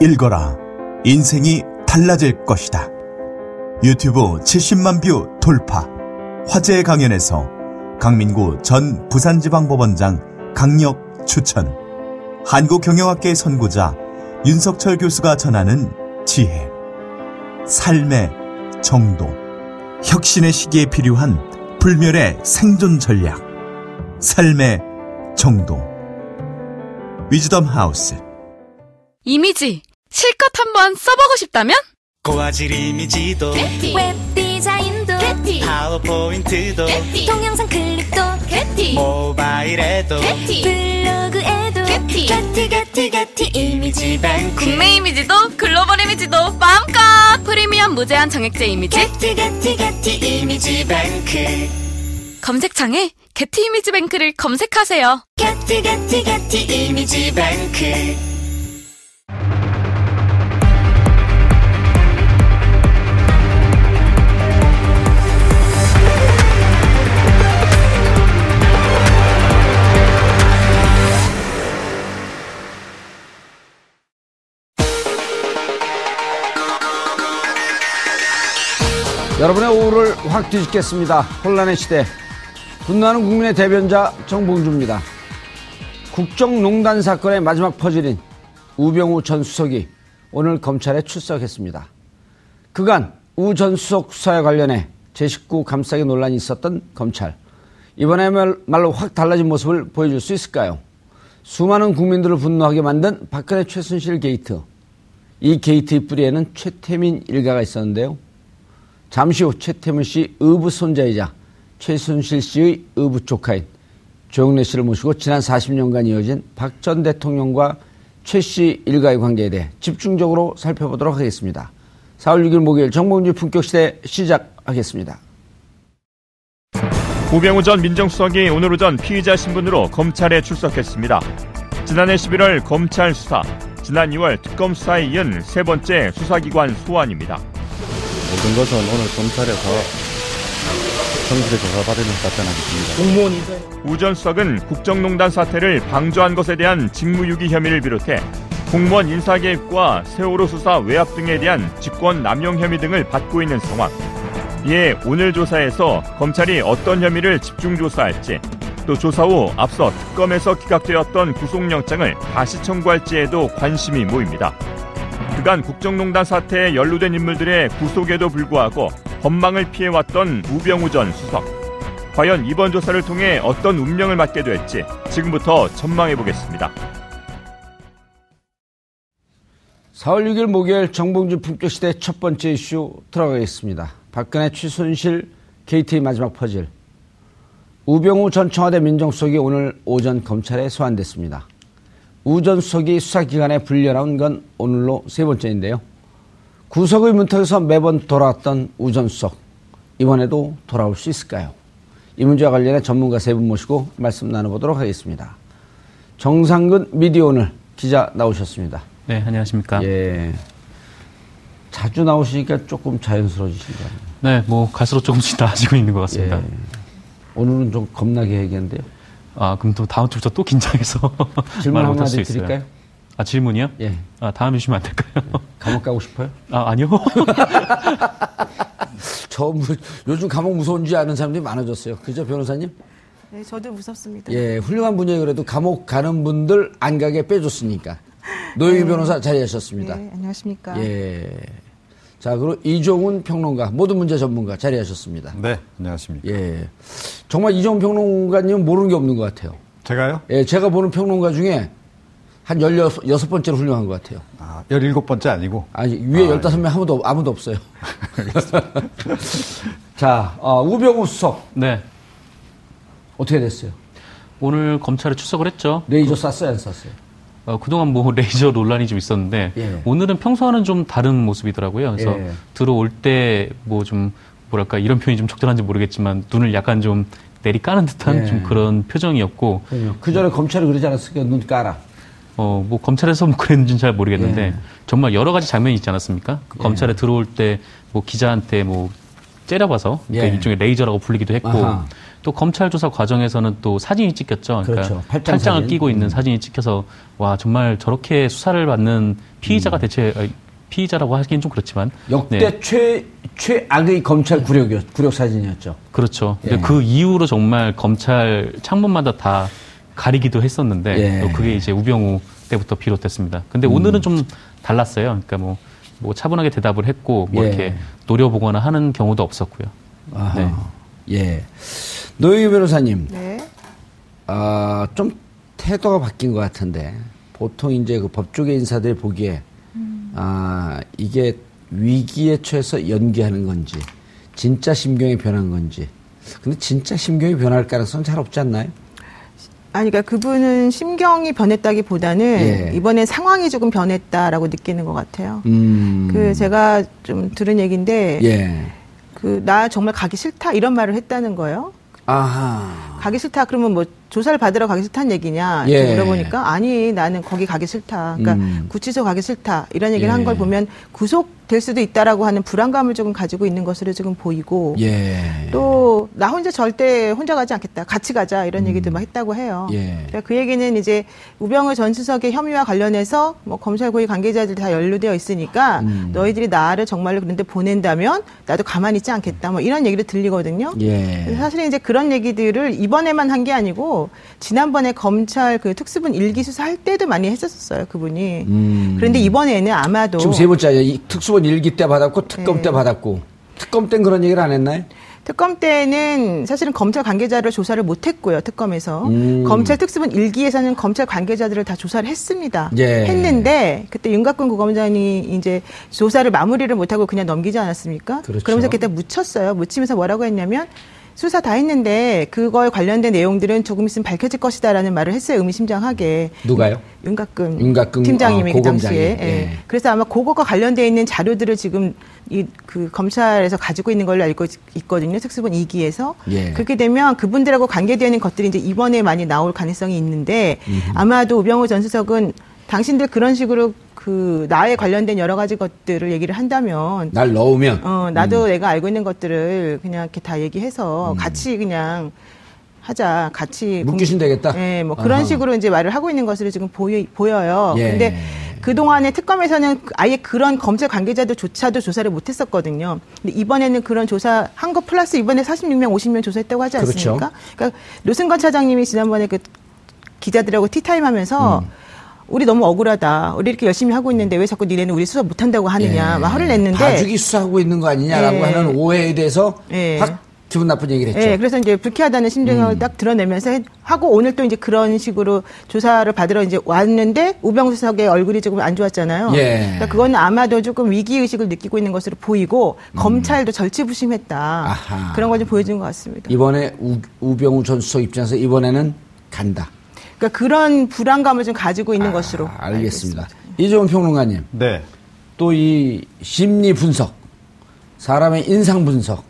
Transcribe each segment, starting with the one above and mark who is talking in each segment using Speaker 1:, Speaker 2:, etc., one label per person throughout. Speaker 1: 읽어라. 인생이 달라질 것이다. 유튜브 70만 뷰 돌파. 화제 강연에서 강민구 전 부산지방법원장 강력 추천. 한국경영학계 선구자 윤석철 교수가 전하는 지혜. 삶의 정도. 혁신의 시기에 필요한 불멸의 생존 전략. 삶의 정도. 위즈덤 하우스.
Speaker 2: 이미지 실컷 한번 써보고 싶다면
Speaker 3: 고화질 이미지도
Speaker 4: 웹 디자인도
Speaker 3: 파워포인트도
Speaker 4: 동영상 클립도 뭐
Speaker 3: 모바일에도
Speaker 4: 블로그에도 캐티 캐티 캐티 이미지 뱅크
Speaker 2: 국내 이미지도 글로벌 이미지도 마음껏 프리미엄 무제한 정액제 이미지
Speaker 4: 캐티 캐티 캐티 이미지 뱅크
Speaker 2: 검색창에 게티 이미지 뱅크를 검색하세요.
Speaker 4: 캐티 캐티 캐티 이미지 뱅크
Speaker 5: 여러분의 오후를 확 뒤집겠습니다. 혼란의 시대. 분노하는 국민의 대변자 정봉주입니다. 국정농단 사건의 마지막 퍼즐인 우병우 전 수석이 오늘 검찰에 출석했습니다. 그간 우 전 수석 수사에 관련해 제19 감싸기 논란이 있었던 검찰. 이번에말로 확 달라진 모습을 보여줄 수 있을까요? 수많은 국민들을 분노하게 만든 박근혜 최순실 게이트. 이 게이트의 뿌리에는 최태민 일가가 있었는데요. 잠시 후 최태문 씨 의부 손자이자 최순실 씨의 의부 조카인 조영래 씨를 모시고 지난 40년간 이어진 박 전 대통령과 최 씨 일가의 관계에 대해 집중적으로 살펴보도록 하겠습니다. 4월 6일 목요일 정봉주 품격시대 시작하겠습니다.
Speaker 6: 우병우 전 민정수석이 오늘 오전 피의자 신분으로 검찰에 출석했습니다. 지난해 11월 검찰 수사, 지난 2월 특검 수사에 이은 세 번째 수사기관 소환입니다.
Speaker 7: 모든 것은 오늘 검찰에서 정부에 조사받으면 답변하겠습니다.
Speaker 6: 우 전 수석은 국정농단 사태를 방조한 것에 대한 직무유기 혐의를 비롯해 공무원 인사개입과 세월호 수사 외압 등에 대한 직권 남용 혐의 등을 받고 있는 상황. 이에 예, 오늘 조사에서 검찰이 어떤 혐의를 집중 조사할지 또 조사 후 앞서 특검에서 기각되었던 구속영장을 다시 청구할지에도 관심이 모입니다. 그간 국정농단 사태에 연루된 인물들의 구속에도 불구하고 법망을 피해왔던 우병우 전 수석. 과연 이번 조사를 통해 어떤 운명을 맞게 될지 지금부터 전망해 보겠습니다.
Speaker 5: 4월 6일 목요일 정봉주 품격시대 첫 번째 이슈 들어가겠습니다. 박근혜 최순실 KT의 마지막 퍼즐. 우병우 전 청와대 민정수석이 오늘 오전 검찰에 소환됐습니다. 우 전 수석이 수사기관에 불려나온 건 오늘로 세 번째인데요. 구석의 문턱에서 매번 돌아왔던 우 전 수석. 이번에도 돌아올 수 있을까요? 이 문제와 관련해 전문가 세 분 모시고 말씀 나눠보도록 하겠습니다. 정상근 미디어 오늘 기자 나오셨습니다.
Speaker 8: 네, 안녕하십니까.
Speaker 5: 예. 자주 나오시니까 조금 자연스러워지신 것 같아요.
Speaker 8: 네, 뭐 갈수록 조금씩 나아지고 있는 것 같습니다.
Speaker 5: 예. 오늘은 좀 겁나게 얘기한데요.
Speaker 8: 아, 그럼 또 다음 주부터 또 긴장해서
Speaker 5: 질문
Speaker 8: 말 못할 수
Speaker 5: 한마디
Speaker 8: 있어요.
Speaker 5: 드릴까요?
Speaker 8: 아, 질문이요?
Speaker 5: 예.
Speaker 8: 아, 다음 주시면 안 될까요?
Speaker 5: 감옥 가고 싶어요?
Speaker 8: 아, 아니요.
Speaker 5: 저 무- 요즘 감옥 무서운지 아는 사람들이 많아졌어요. 그죠, 변호사님?
Speaker 9: 네, 저도 무섭습니다.
Speaker 5: 예, 훌륭한 분이에요. 그래도 감옥 가는 분들 안 가게 빼줬으니까. 노영희 변호사 자리하셨습니다.
Speaker 9: 네, 안녕하십니까.
Speaker 5: 예. 자, 그리고 이종훈 평론가, 모든 문제 전문가 자리하셨습니다.
Speaker 7: 네, 안녕하십니까.
Speaker 5: 예. 정말 이종훈 평론가님 모르는 게 없는 것 같아요.
Speaker 7: 제가요?
Speaker 5: 예, 제가 보는 평론가 중에 한 16번째로 훌륭한 것 같아요.
Speaker 7: 아, 17번째 아니고.
Speaker 5: 아니, 위에
Speaker 7: 아,
Speaker 5: 15명 아무도, 아무도 없어요. 자, 어, 우병우 수석,
Speaker 8: 네.
Speaker 5: 어떻게 됐어요?
Speaker 8: 오늘 검찰에 출석을 했죠.
Speaker 5: 레이저 쐈어요, 안 쐈어요?
Speaker 8: 어, 그동안 뭐 레이저 논란이 좀 있었는데
Speaker 5: 예.
Speaker 8: 오늘은 평소와는 좀 다른 모습이더라고요. 그래서
Speaker 5: 예.
Speaker 8: 들어올 때 뭐 좀 뭐랄까 이런 표현이 좀 적절한지 모르겠지만 눈을 약간 좀 내리 까는 듯한
Speaker 5: 예.
Speaker 8: 좀 그런 표정이었고
Speaker 5: 그 전에 검찰이 그러지 않았을까? 눈 까라.
Speaker 8: 어, 뭐 검찰에서 뭐 그랬는지는 잘
Speaker 5: 예.
Speaker 8: 모르겠는데 정말 여러 가지 장면이 있지 않았습니까? 그 검찰에 들어올 때 뭐 기자한테 뭐 째려봐서 그러니까
Speaker 5: 예.
Speaker 8: 일종의 레이저라고 불리기도 했고
Speaker 5: 아하.
Speaker 8: 또 검찰 조사 과정에서는 또 사진이 찍혔죠. 그러니까
Speaker 5: 그렇죠. 팔짱
Speaker 8: 팔짱을
Speaker 5: 사진. 음.
Speaker 8: 끼고 있는 사진이 찍혀서 와 정말 저렇게 수사를 받는 피의자가 대체 아, 피의자라고 하기엔 좀 그렇지만
Speaker 5: 음. 역대
Speaker 8: 네.
Speaker 5: 최 최악의 검찰 굴욕이었 굴욕 사진이었죠.
Speaker 8: 그렇죠. 근데
Speaker 5: 예.
Speaker 8: 그 이후로 정말 검찰 창문마다 다 가리기도 했었는데
Speaker 5: 예. 음.
Speaker 8: 또 그게 이제 우병우 때부터 비롯됐습니다. 근데 오늘은 좀 달랐어요. 그러니까 뭐, 뭐 차분하게 대답을 했고 뭐
Speaker 5: 예.
Speaker 8: 이렇게 노려보거나 하는 경우도 없었고요.
Speaker 5: 아하.
Speaker 8: 네.
Speaker 5: 예. 노영희 변호사님,
Speaker 10: 네.
Speaker 5: 아, 좀 태도가 바뀐 것 같은데 보통 이제 그 법조계 인사들 보기에
Speaker 10: 음.
Speaker 5: 아 이게 위기에 처해서 연기하는 건지 진짜 심경이 변한 건지 근데 진짜 심경이 변할 가능성은 잘 없지 않나요?
Speaker 10: 아니, 그러니까 그분은 심경이 변했다기보다는
Speaker 5: 예.
Speaker 10: 이번에 상황이 조금 변했다라고 느끼는 것 같아요.
Speaker 5: 음.
Speaker 10: 그 제가 좀 들은 얘기인데
Speaker 5: 예.
Speaker 10: 그 나 정말 가기 싫다 이런 말을 했다는 거예요.
Speaker 5: 아하.
Speaker 10: 가기 싫다 그러면 뭐 조사를 받으러 가기 싫다는 얘기냐 이렇게
Speaker 5: 예.
Speaker 10: 물어보니까 아니 나는 거기 가기 싫다. 그러니까
Speaker 5: 음.
Speaker 10: 구치소 가기 싫다 이런 얘기를
Speaker 5: 예.
Speaker 10: 한 걸 보면 구속될 수도 있다라고 하는 불안감을 조금 가지고 있는 것으로 지금 보이고
Speaker 5: 예.
Speaker 10: 또 나 혼자 절대 혼자 가지 않겠다. 같이 가자 이런 얘기도 막 했다고 해요.
Speaker 5: 음. 예.
Speaker 10: 그러니까 그 얘기는 이제 우병우 전 수석의 혐의와 관련해서 뭐 검찰 고위 관계자들 다 연루되어 있으니까
Speaker 5: 음.
Speaker 10: 너희들이 나를 정말로 그런데 보낸다면 나도 가만히 있지 않겠다. 뭐 이런 얘기를 들리거든요.
Speaker 5: 예.
Speaker 10: 그래서 사실은 이제 그런 얘기들을 이번에만 한 게 아니고 지난번에 검찰 그 특수본 일기 수사할 때도 많이 했었어요 그분이.
Speaker 5: 음.
Speaker 10: 그런데 이번에는 아마도
Speaker 5: 지금 세 번째야. 이 특수본 일기 때 받았고 특검
Speaker 10: 네.
Speaker 5: 때 받았고 특검 땐 그런 얘기를 안 했나요?
Speaker 10: 특검 때는 사실은 검찰 관계자를 조사를 못 했고요, 특검에서.
Speaker 5: 음.
Speaker 10: 검찰 특수본 일기에서는 검찰 관계자들을 다 조사를 했습니다.
Speaker 5: 예.
Speaker 10: 했는데, 그때 윤곽근 고검장이 이제 조사를 마무리를 못하고 그냥 넘기지 않았습니까?
Speaker 5: 그렇죠.
Speaker 10: 러면서 그때 묻혔어요. 묻히면서 뭐라고 했냐면, 수사 다 했는데, 그거에 관련된 내용들은 조금 있으면 밝혀질 것이다라는 말을 했어요, 의미심장하게.
Speaker 5: 누가요?
Speaker 10: 윤곽근,
Speaker 5: 윤곽근,
Speaker 10: 팀장님이
Speaker 5: 어,
Speaker 10: 그
Speaker 5: 고검장이.
Speaker 10: 당시에. 예.
Speaker 5: 예.
Speaker 10: 그래서 아마 그거가 관련돼 있는 자료들을 지금 이 그 검찰에서 가지고 있는 걸로 알고 있- 있거든요. 특수본 2기에서.
Speaker 5: 예.
Speaker 10: 그렇게 되면 그분들하고 관계되는 것들이 이제 이번에 많이 나올 가능성이 있는데 아마도 우병우 전 수석은 당신들 그런 식으로 그 나에 관련된 여러 가지 것들을 얘기를 한다면
Speaker 5: 날 넣으면
Speaker 10: 어, 나도
Speaker 5: 음.
Speaker 10: 내가 알고 있는 것들을 그냥 이렇게 다 얘기해서 같이 그냥 하자. 같이
Speaker 5: 음, 묶이시면 되겠다.
Speaker 10: 예, 뭐 그런
Speaker 5: 아하.
Speaker 10: 식으로 이제 말을 하고 있는 것으로 지금 보여, 보여요.
Speaker 5: 예.
Speaker 10: 근데 그동안에 특검에서는 아예 그런 검찰 관계자들조차도 조사를 못 했었거든요. 근데 이번에는 그런 조사 한 거 플러스 이번에 46명, 50명 조사했다고 하지 않습니까?
Speaker 5: 그렇죠.
Speaker 10: 그러니까 노승관 차장님이 지난번에 그 기자들하고 티타임
Speaker 5: 음.
Speaker 10: 하면서 우리 너무 억울하다. 우리 이렇게 열심히 하고 있는데 왜 자꾸 니네는 우리 수사 못한다고 하느냐.
Speaker 5: 예.
Speaker 10: 막 화를 냈는데.
Speaker 5: 봐주기 수사하고 있는 거 아니냐라고
Speaker 10: 예.
Speaker 5: 하는 오해에 대해서
Speaker 10: 예.
Speaker 5: 확 기분 나쁜 얘기를 했죠. 음.
Speaker 10: 예, 그래서 이제 불쾌하다는 심정을 딱 드러내면서 했- 하고 오늘 또 이제 그런 식으로 조사를 받으러 이제 왔는데 우병우 수석의 얼굴이 조금 안 좋았잖아요.
Speaker 5: 예.
Speaker 10: 그러니까 그건 아마도 조금 위기 의식을 느끼고 있는 것으로 보이고 검찰도 절치부심했다
Speaker 5: 음. 아하.
Speaker 10: 그런 걸 좀 보여준 것 같습니다.
Speaker 5: 이번에 우, 우병우 전 수석 입장에서 이번에는 간다.
Speaker 10: 그러니까 그런 불안감을 좀 가지고 있는 것으로
Speaker 5: 아, 알겠습니다. 이종훈 평론가님,
Speaker 3: 네.
Speaker 5: 또 이 심리 분석, 사람의 인상 분석,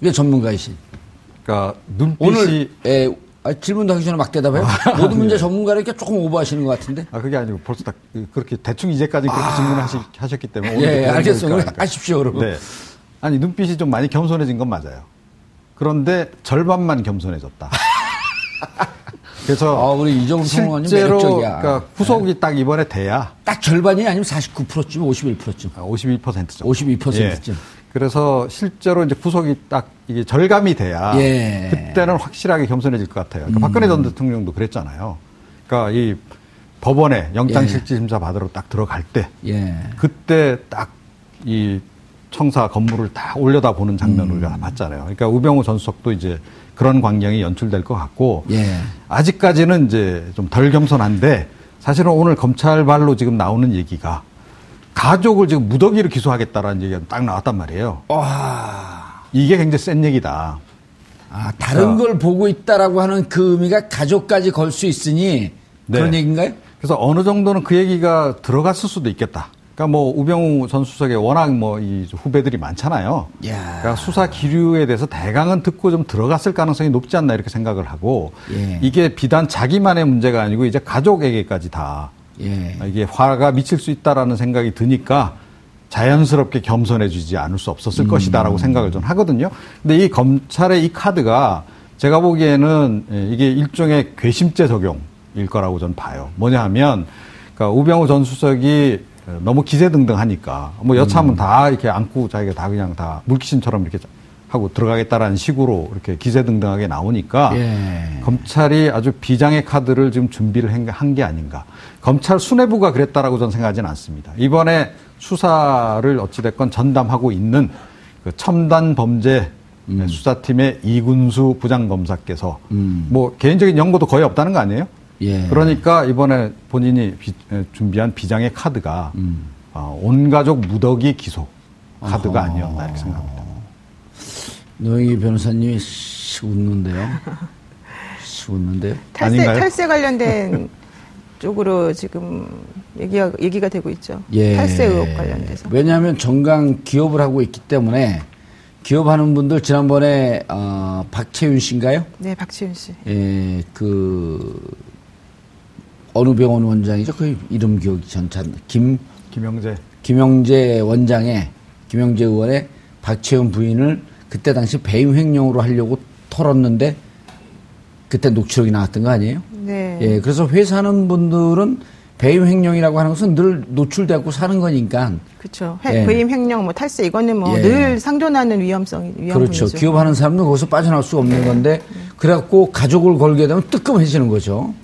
Speaker 5: 이게 전문가이신.
Speaker 3: 그러니까 눈빛이 네.
Speaker 5: 오늘 예, 아, 질문도 하기 전에 막 대답해요. 모든 문제 전문가를 이렇게 조금 오버하시는 것 같은데.
Speaker 3: 아 그게 아니고 벌써 다 그렇게 대충 이제까지 그렇게 질문하셨기 때문에 오늘
Speaker 5: 예, 알겠어요. 오늘 하십시오, 그러면.
Speaker 3: 네. 아니 눈빛이 좀 많이 겸손해진 건 맞아요. 그런데 절반만 겸손해졌다.
Speaker 5: 아,
Speaker 3: 그래서
Speaker 5: 우리 이종훈 평론가님
Speaker 3: 실제로
Speaker 5: 매력적이야. 예.
Speaker 3: 그러니까 후속이 딱 이번에 돼야
Speaker 5: 딱 절반이 아니면 49%쯤, 51%쯤.
Speaker 3: 아, 51%죠. 예.
Speaker 5: 52% 쯤.
Speaker 3: 그래서 실제로 이제 구속이 딱 이게 절감이 돼야
Speaker 5: 예. 음.
Speaker 3: 그때는 확실하게 겸손해질 것 같아요. 그러니까 박근혜 전 대통령도 그랬잖아요. 그러니까 이 법원에
Speaker 5: 예.
Speaker 3: 영장실질심사 받으러 딱 들어갈 때
Speaker 5: 예.
Speaker 3: 그때 딱 이 청사 건물을 다 올려다 보는
Speaker 5: 음.
Speaker 3: 장면을 우리가 봤잖아요. 그러니까 우병우 전수석도 이제 그런 광경이 연출될 것 같고
Speaker 5: 예.
Speaker 3: 아직까지는 이제 좀 덜 겸손한데 사실은 오늘 검찰 발로 지금 나오는 얘기가 가족을 지금 무더기로 기소하겠다라는 얘기가 딱 나왔단 말이에요. 이게 굉장히 센 얘기다.
Speaker 5: 아, 다른
Speaker 3: 그러니까
Speaker 5: 걸 보고 있다라고 하는 그 의미가 가족까지 걸 수 있으니
Speaker 3: 네.
Speaker 5: 그런 얘기인가요?
Speaker 3: 그래서 어느 정도는 그 얘기가 들어갔을 수도 있겠다. 그러니까 뭐 우병우 전 수석에 워낙 뭐 이 후배들이 많잖아요.
Speaker 5: 야.
Speaker 3: 그러니까 수사 기류에 대해서 대강은 듣고 좀 들어갔을 가능성이 높지 않나 이렇게 생각을 하고
Speaker 5: 예.
Speaker 3: 이게 비단 자기만의 문제가 아니고 이제 가족에게까지 다
Speaker 5: 예.
Speaker 3: 이게 화가 미칠 수 있다라는 생각이 드니까 자연스럽게 겸손해지지 않을 수 없었을
Speaker 5: 음.
Speaker 3: 것이다라고 생각을 좀 하거든요. 근데 이 검찰의 이 카드가 제가 보기에는 예, 이게 일종의 괘씸죄 적용일 거라고 저는 봐요. 뭐냐 하면 그러니까 우병우 전 수석이 어, 너무 기세등등하니까 뭐 여차하면 다 이렇게 안고 자기가 다 그냥 다 물귀신처럼 이렇게 하고 들어가겠다라는 식으로 이렇게 기세등등하게 나오니까
Speaker 5: 예.
Speaker 3: 검찰이 아주 비장의 카드를 지금 준비를 한 게 아닌가. 검찰 수뇌부가 그랬다라고 저는 생각하지는 않습니다. 이번에 수사를 어찌됐건 전담하고 있는 그 첨단 범죄 수사팀의 이군수 부장검사께서 뭐 개인적인 연고도 거의 없다는 거 아니에요?
Speaker 5: 예.
Speaker 3: 그러니까 이번에 본인이 비- 에, 준비한 비장의 카드가 아, 온 가족 무더기 기소 카드가 아니었나 이렇게 생각합니다.
Speaker 5: 노영희 변호사님이 씨 웃는데요. 씨 웃는데요.
Speaker 10: 탈세
Speaker 3: 아닌가요?
Speaker 10: 탈세 관련된 쪽으로 지금 얘기가 얘기가 되고 있죠.
Speaker 5: 예.
Speaker 10: 탈세 의혹 관련돼서.
Speaker 5: 왜냐하면 정강 기업을 하고 있기 때문에 기업하는 분들 지난번에 어, 박채윤 씨인가요?
Speaker 10: 네, 박지윤 씨.
Speaker 5: 예, 그 어느 병원 원장이죠? 그 이름 기억이 전찬 김
Speaker 3: 김영재
Speaker 5: 김영재 원장의 김영재 의원의 박채윤 부인을 그때 당시 배임 횡령으로 하려고 털었는데 그때 녹취록이 나왔던 거 아니에요?
Speaker 10: 네.
Speaker 5: 예, 그래서 회사는 분들은 배임 횡령이라고 하는 것은 늘 노출되고 사는 거니까
Speaker 10: 그렇죠.
Speaker 5: 예.
Speaker 10: 배임 횡령 뭐 탈세 이거는 뭐
Speaker 5: 예.
Speaker 10: 늘 상존하는 위험성 위험
Speaker 5: 그렇죠.
Speaker 10: 분이죠. 네.
Speaker 5: 기업하는 사람은 거기서 빠져나올 수가 없는 건데 그래갖고 가족을 걸게 되면 뜨끔해지는 거죠.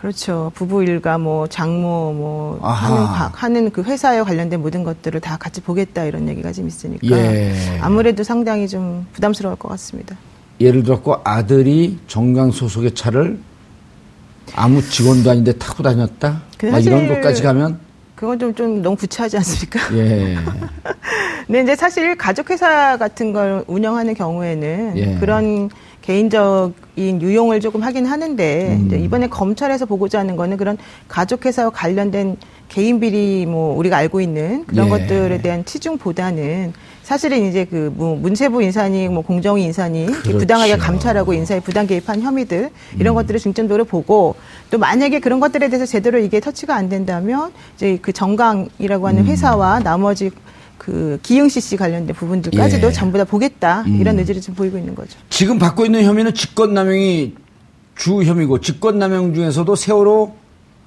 Speaker 10: 그렇죠. 부부 일가 뭐 장모 뭐
Speaker 5: 아하.
Speaker 10: 하는, 과- 하는 그 회사에 관련된 모든 것들을 다 같이 보겠다 이런 얘기가 좀 있으니까
Speaker 5: 예.
Speaker 10: 아무래도 상당히 좀 부담스러울 것 같습니다.
Speaker 5: 예를 들어서 아들이 정강 소속의 차를 아무 직원도 아닌데 타고 다녔다.
Speaker 10: 그
Speaker 5: 막 이런
Speaker 10: 사실-
Speaker 5: 것까지 가면
Speaker 10: 그건 좀, 좀 너무 구차하지 않습니까?
Speaker 5: 예.
Speaker 10: 근데 이제 사실 가족회사 같은 걸 운영하는 경우에는
Speaker 5: 예.
Speaker 10: 그런 개인적인 유용을 조금 하긴 하는데
Speaker 5: 음.
Speaker 10: 이제 이번에 검찰에서 보고자 하는 거는 그런 가족회사와 관련된 개인 비리 뭐 우리가 알고 있는 그런
Speaker 5: 예.
Speaker 10: 것들에 대한 치중보다는 사실은 이제 그뭐 문체부 인사니 뭐 공정위 인사니
Speaker 5: 그렇죠.
Speaker 10: 부당하게 감찰하고 인사에 부당 개입한 혐의들 이런
Speaker 5: 음.
Speaker 10: 것들을 중점적으로 보고 또 만약에 그런 것들에 대해서 제대로 이게 터치가 안 된다면 이제 그 정강이라고
Speaker 5: 음.
Speaker 10: 하는 회사와 나머지 그 기흥시 씨 관련된 부분들까지도
Speaker 5: 예. 음.
Speaker 10: 전부 다 보겠다 이런 의지를 지금 보이고 있는 거죠.
Speaker 5: 지금 받고 있는 혐의는 직권남용이 주 혐의고 직권남용 중에서도 세월호